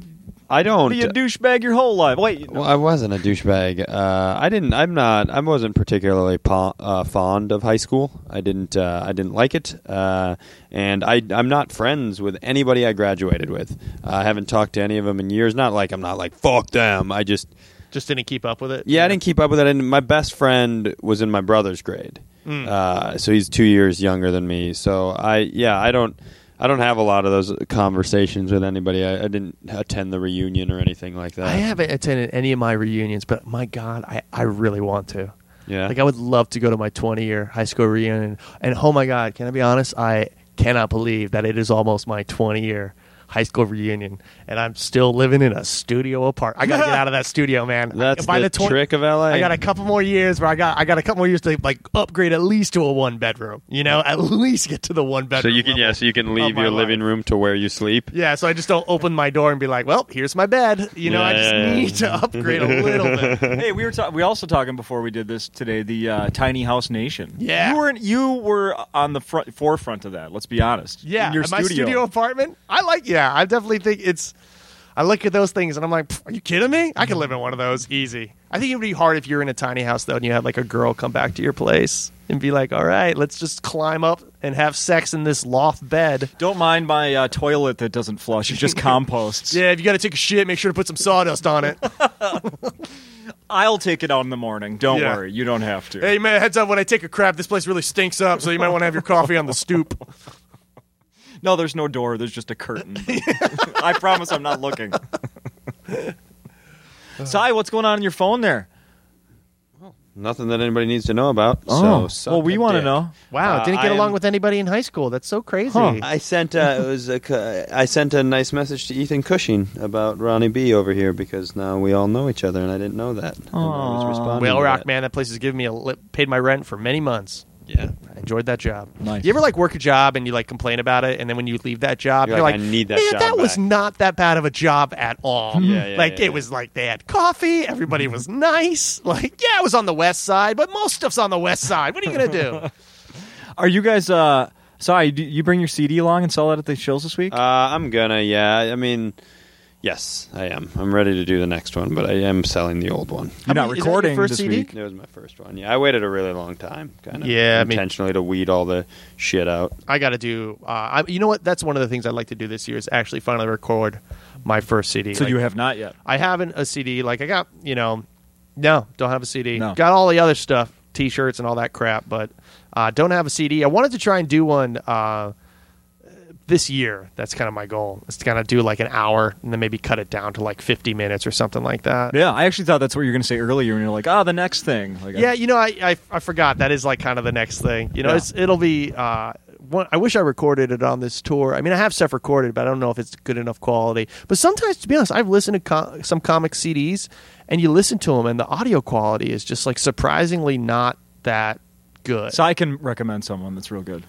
I don't. be a douchebag your whole life. Wait, no. Well, I wasn't a douchebag. Uh, I didn't. I'm not. I wasn't particularly po- uh, fond of high school. I didn't. Uh, I didn't like it. Uh, and I, I'm not friends with anybody I graduated with. I haven't talked to any of them in years. Not like I'm not like fuck them. I just. Just didn't keep up with it. Yeah, I didn't keep up with it. And my best friend was in my brother's grade, Hmm. uh, so he's two years younger than me. So I, yeah, I don't, I don't have a lot of those conversations with anybody. I, I didn't attend the reunion or anything like that. I haven't attended any of my reunions, but my God, I, I really want to. Yeah. Like, I would love to go to my 20 year high school reunion. And oh my God, can I be honest? I cannot believe that it is almost my 20 year high school reunion and I'm still living in a studio apart. I got to get out of that studio, man. That's By the, twen- trick of LA. I got a couple more years where I got I got a couple more years to like upgrade at least to a one bedroom. You know, at least get to the one bedroom. so you can level. yeah, so you can of leave my your life. living room to where you sleep. Yeah, so I just don't open my door and be like, "Well, here's my bed." You know, I Yeah, just yeah, yeah. need to upgrade a little bit. hey, we were ta- we also talking before we did this today. The uh, tiny house nation. Yeah. you weren't. You were on the front forefront of that. Let's be honest. Yeah, In your in my studio. apartment. I like. Yeah, I definitely think it's. I look at those things and I'm like, "Pff, are you kidding me? I could live in one of those easy. I think it would be hard if you're in a tiny house though, and you had like a girl come back to your place and be like, all right, let's just climb up and have sex in this loft bed. Don't mind my uh, toilet that doesn't flush. It just composts. Yeah, if you got to take a shit, make sure to put some sawdust on it. I'll take it out in the morning. Don't Yeah. worry. You don't have to. hey man, heads up when I take a crap, this place really stinks up, so you might want to have your coffee on the stoop. No, there's no door. There's just a curtain. I promise I'm not looking. Sai, what's going on in your phone there? Nothing that anybody needs to know about. so Oh, suck well, we a want to dick. know. Wow, Uh, didn't get I along am- with anybody in high school. That's so crazy. I sent uh, it was a cu- I sent a nice message to Ethan Cushing about Ronnie B over here because now we all know each other and I didn't know that. And I was Aw. responding Whale to Rock, that. man, that place has given me a li- paid my rent for many months. Yeah. I enjoyed that job. Nice. You ever like work a job and you like complain about it, and then when you leave that job, You're you're, like, like, "I need that Man, job that was back." not that bad of a job at all. Yeah, yeah, like yeah, it yeah. was like they had coffee, everybody was nice. Like yeah, it was on the west side, but most stuff's on the west side. What are you gonna do? Are you guys? Uh, Sai, do you bring your CD along and sell that at the shows this week? Uh, I'm gonna. Yeah. I mean, yes, I am. I'm ready to do the next one, but I am selling the old one. You're I not mean, is that your recording first this CD? week. It was my first one. Yeah, I waited a really long time, kind of. Yeah, I mean- intentionally to weed all the shit out. I got to do. Uh, I, you know what? That's one of the things I'd like to do this year is actually finally record my first CD. So Like, you have not yet. I haven't a CD. Like I got, you know, no, don't have a CD. No. Got all the other stuff, T-shirts and all that crap, but uh, don't have a CD. I wanted to try and do one uh, this year. That's kind of my goal. Is to kind of do like an hour and then maybe cut it down to like fifty minutes or something like that. Yeah, I actually thought that's what you were going to say earlier, and you're like, ah, the next thing. Like, Yeah, you know, I, I I forgot that is like kind of the next thing. You know, Yeah. it's it'll be. Uh, one, I wish I recorded it on this tour. I mean, I have stuff recorded, but I don't know if it's good enough quality. But sometimes, to be honest, I've listened to co- some comic CDs, and you listen to them, and the audio quality is just like surprisingly not that good. So I can recommend someone that's real good.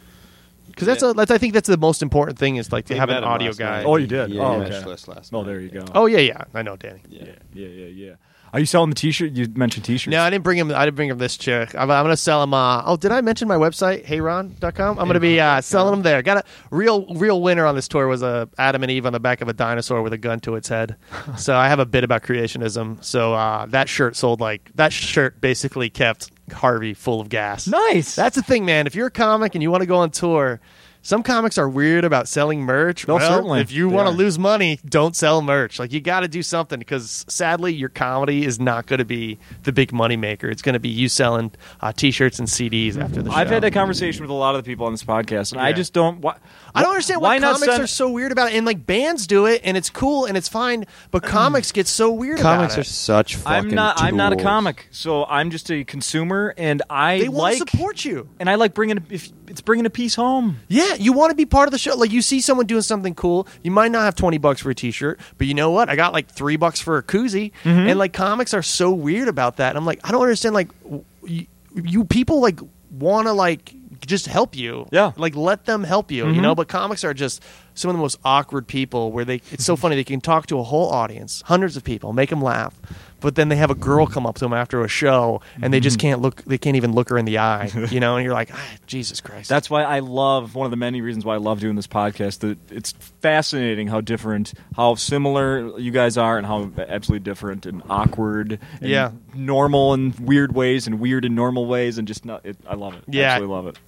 Because that's, a that's I think that's the most important thing is like to We have met an him audio last guy. night. Oh, you did. Yeah, oh, you okay. mentioned this last Oh, night. there you go. Oh yeah, yeah, I know, Danny. yeah, yeah, yeah, yeah. Are you selling the T-shirt? You mentioned T-shirts. No, I didn't bring him. I didn't bring him this chick. I'm, I'm gonna sell him. Uh, oh, did I mention my website, heyron.com? I'm gonna be uh, selling him there. Got a real, real winner on this tour was a Adam and Eve on the back of a dinosaur with a gun to its head. so I have a bit about creationism. So uh, that shirt sold like that shirt basically kept Harvey full of gas. Nice. That's the thing, man. If you're a comic and you want to go on tour, some comics are weird about selling merch. No, well, certainly. If you They want are. to lose money, don't sell merch. Like you got to do something because sadly, your comedy is not going to be the big money maker. It's going to be you selling uh, t-shirts and CDs after the show. I've had that conversation with a lot of the people on this podcast, and I Yeah. just don't. Why, I don't understand why, not comics send- are so weird about it. And like bands do it, and it's cool and it's fine, but comics get so weird Comics about are it. such fucking. I'm not. I'm not a tools. comic, so I'm just a consumer, and I They like won't support you. and I like bringing. If it's bringing a piece home, Yeah, you want to be part of the show. Like you see someone doing something cool, you might not have twenty bucks for a T-shirt, but you know what? I got like three bucks for a koozie, and like comics are so weird about that. And I'm like, I don't understand. Like w- you, you people like want to like just help you. Yeah. like let them help you. You know, but comics are just some of the most awkward people. Where they, it's so funny they can talk to a whole audience, hundreds of people, make them laugh. But then they have a girl come up to them after a show, and they just can't look. They can't even look her in the eye, you know. And you're like, ah, Jesus Christ. that's why I love one of the many reasons why I love doing this podcast. That it's fascinating how different, how similar you guys are, and how absolutely different and awkward, and Yeah. normal in weird ways, and weird in normal ways, and just not. It, I love it. Yeah. absolutely love it.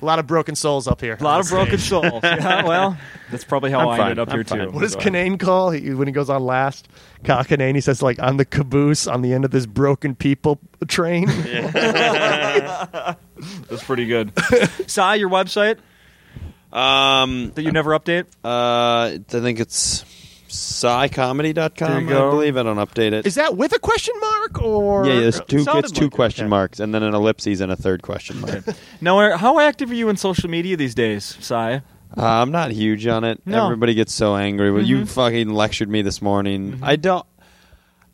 A lot of broken souls up here. A lot of broken souls. Yeah, well, that's probably how I'm I fine. ended up I'm here fine. too. What does So- Canane call he, when he goes on last? Kyle Canane, he says like, "I'm the caboose on the end of this broken people train." That's pretty good. Sai, your website Um, that you never update. uh, I think it's There you scicomedy.com, I go. believe. I don't update it. Is that with a question mark or? yeah, there's two. sounded It's two like it. question Okay. marks, and then an ellipses and a third question mark. uh, Now, are- how active are you in social media these days, Sai? Uh, I'm not huge on it. No. Everybody gets so angry. Well, Mm-hmm. you fucking lectured me this morning. I don't.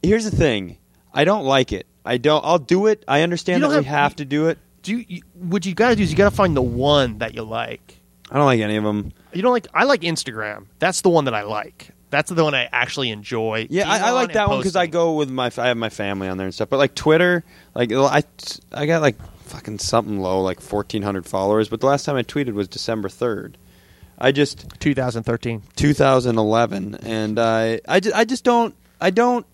Here's the thing. I don't like it. I don't. I'll do it. I understand You that don't we have- have to do it. Do you, you, what you gotta do is you gotta find the one that you like. I don't like any of them. You don't like. I like Instagram. That's the one that I like. That's the one I actually enjoy. Yeah, being I, I on like and that one because I posting. go with my I have my family on there and stuff. But like Twitter, like I I got like fucking something low, like fourteen hundred followers. But the last time I tweeted was December third. I just 2013. 2011, and I I just, I just don't I don't.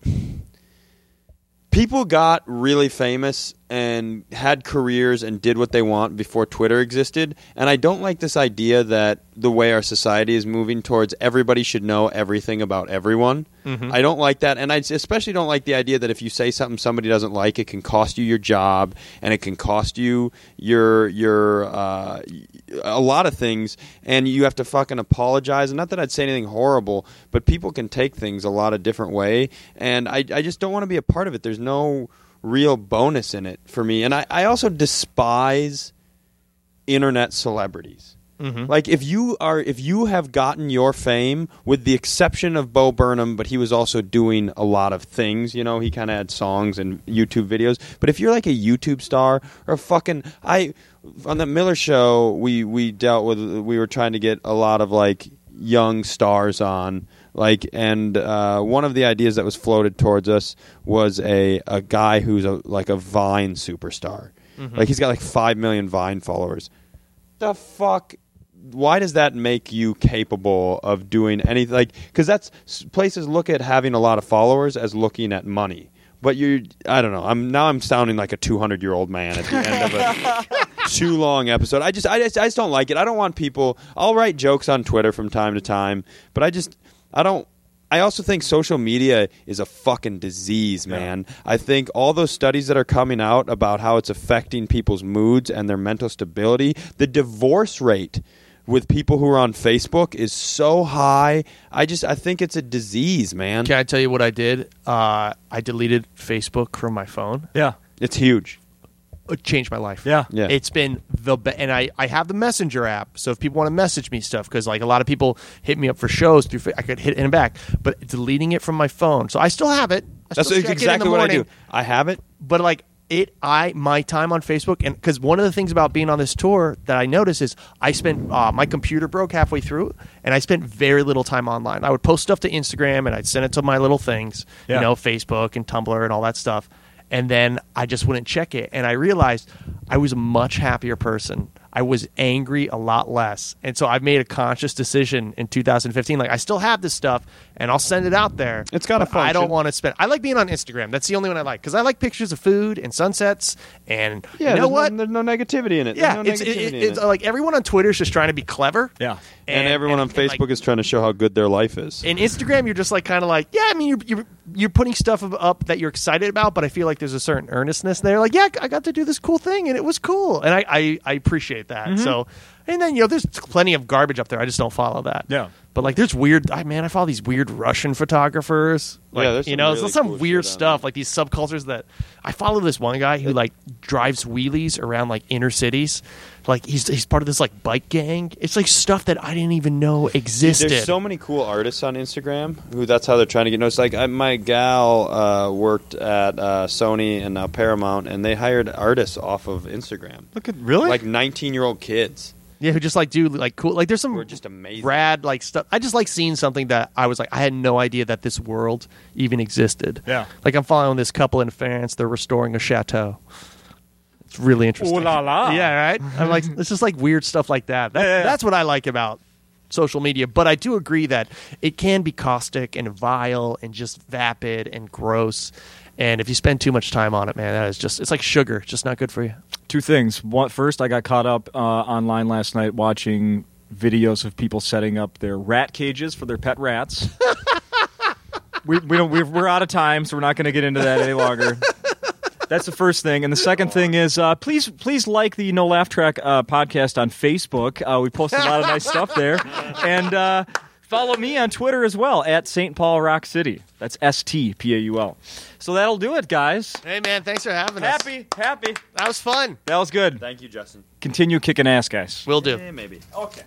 People got really famous and had careers and did what they want before Twitter existed, and I don't like this idea that the way our society is moving towards everybody should know everything about everyone. I don't like that, and I especially don't like the idea that if you say something somebody doesn't like, it can cost you your job and it can cost you your your uh, a lot of things, and you have to fucking apologize. And not that I'd say anything horrible, but people can take things a lot of different way, and I I just don't want to be a part of it. There's no real bonus in it for me, and I I also despise internet celebrities. Like if you are if you have gotten your fame with the exception of Bo Burnham, but he was also doing a lot of things, you know, he kind of had songs and YouTube videos. But if you're like a YouTube star or a fucking I on the Miller show, we we dealt with we were trying to get a lot of like young stars on like and uh, one of the ideas that was floated towards us was a, a guy who's a, like a vine superstar like he's got like 5 million vine followers the fuck why does that make you capable of doing anything like because that's s- places look at having a lot of followers as looking at money but you i don't know i'm now i'm sounding like a 200 year old man at the end of a too long episode i just I, just I just don't like it i don't want people i'll write jokes on twitter from time to time but i just i don't I also think social media is a fucking disease, man. I think all those studies that are coming out about how it's affecting people's moods and their mental stability, the divorce rate with people who are on Facebook is so high. I just I think it's a disease, man. Can I tell you what I did? Uh, I deleted Facebook from my phone. Yeah. It's huge. it uh, changed my life. Yeah. Yeah. It's been the be- and I I have the messenger app, so if people want to message me stuff because like a lot of people hit me up for shows through fa- I could hit it and back, but deleting it from my phone, so I still have it. I That's still check it in the exactly what I do. morning, I have it. But like it, I my time on Facebook and because one of the things about being on this tour that I noticed is I spent uh, my computer broke halfway through, and I spent very little time online. I would post stuff to Instagram and I'd send it to my little things, Yeah. you know, Facebook and Tumblr and all that stuff. And then I just wouldn't check it. And I realized I was a much happier person. I was angry a lot less. And so I've made a conscious decision in 2015. Like I still have this stuff, and I'll send it out there. It's gotta But I function. don't want to spend. I like being on Instagram. That's the only one I like because I like pictures of food and sunsets. And Yeah, you know there's what? No, there's no negativity in it. There's yeah, no it's, it, negativity in it's it. like everyone on Twitter is just trying to be clever. Yeah. and, everyone on and, Facebook like, is trying to show how good their life is. in Instagram, you're just like kind of like, yeah, I mean, you're, you're you're putting stuff ab- up that you're excited about, but I feel like there's a certain earnestness there. Like, yeah, I got to do this cool thing, and it was cool, and I I, I appreciate that. Mm-hmm. So, and then you know, there's plenty of garbage up there. I just don't follow that. Yeah. But like, there's weird. I man, I follow these weird Russian photographers. Like, Yeah, there's you some know, really some cool weird shit on stuff like these subcultures that I follow. This one guy who like drives wheelies around like inner cities. Like he's he's part of this like bike gang. It's like stuff that I didn't even know existed. There's so many cool artists on Instagram who that's how they're trying to get noticed. Like I, my gal uh, worked at uh, Sony and now Paramount, and they hired artists off of Instagram, Look at really. like 19 year old kids. Yeah, who just like do like cool like there's who some are just amazing. rad like stuff. I just like seeing something that I was like I had no idea that this world even existed. Yeah. Like I'm following this couple in France, they're restoring a chateau. It's really interesting. la. Yeah, right? I'm like it's just like weird stuff like that. that Yeah, yeah, yeah. That's what I like about social media, but I do agree that it can be caustic and vile and just vapid and gross. And if you spend too much time on it, man, that is just it's like sugar, it's just not good for you. Two things. One, first, I got caught up uh, online last night watching videos of people setting up their rat cages for their pet rats. we, we don't, we're, we're out of time, so we're not going to get into that any longer. That's the first thing, and the second thing is uh, please please like the No Laugh Track uh, podcast on Facebook. Uh, we post a lot of nice stuff there, and uh, follow me on Twitter as well at St. Paul Rock City. That's S T P A U L. So that'll do it, guys. Hey man, thanks for having us. Happy happy. That was fun. That was good. Thank you, Justin. Eh, Continue kicking ass, guys. Will do. maybe. Okay.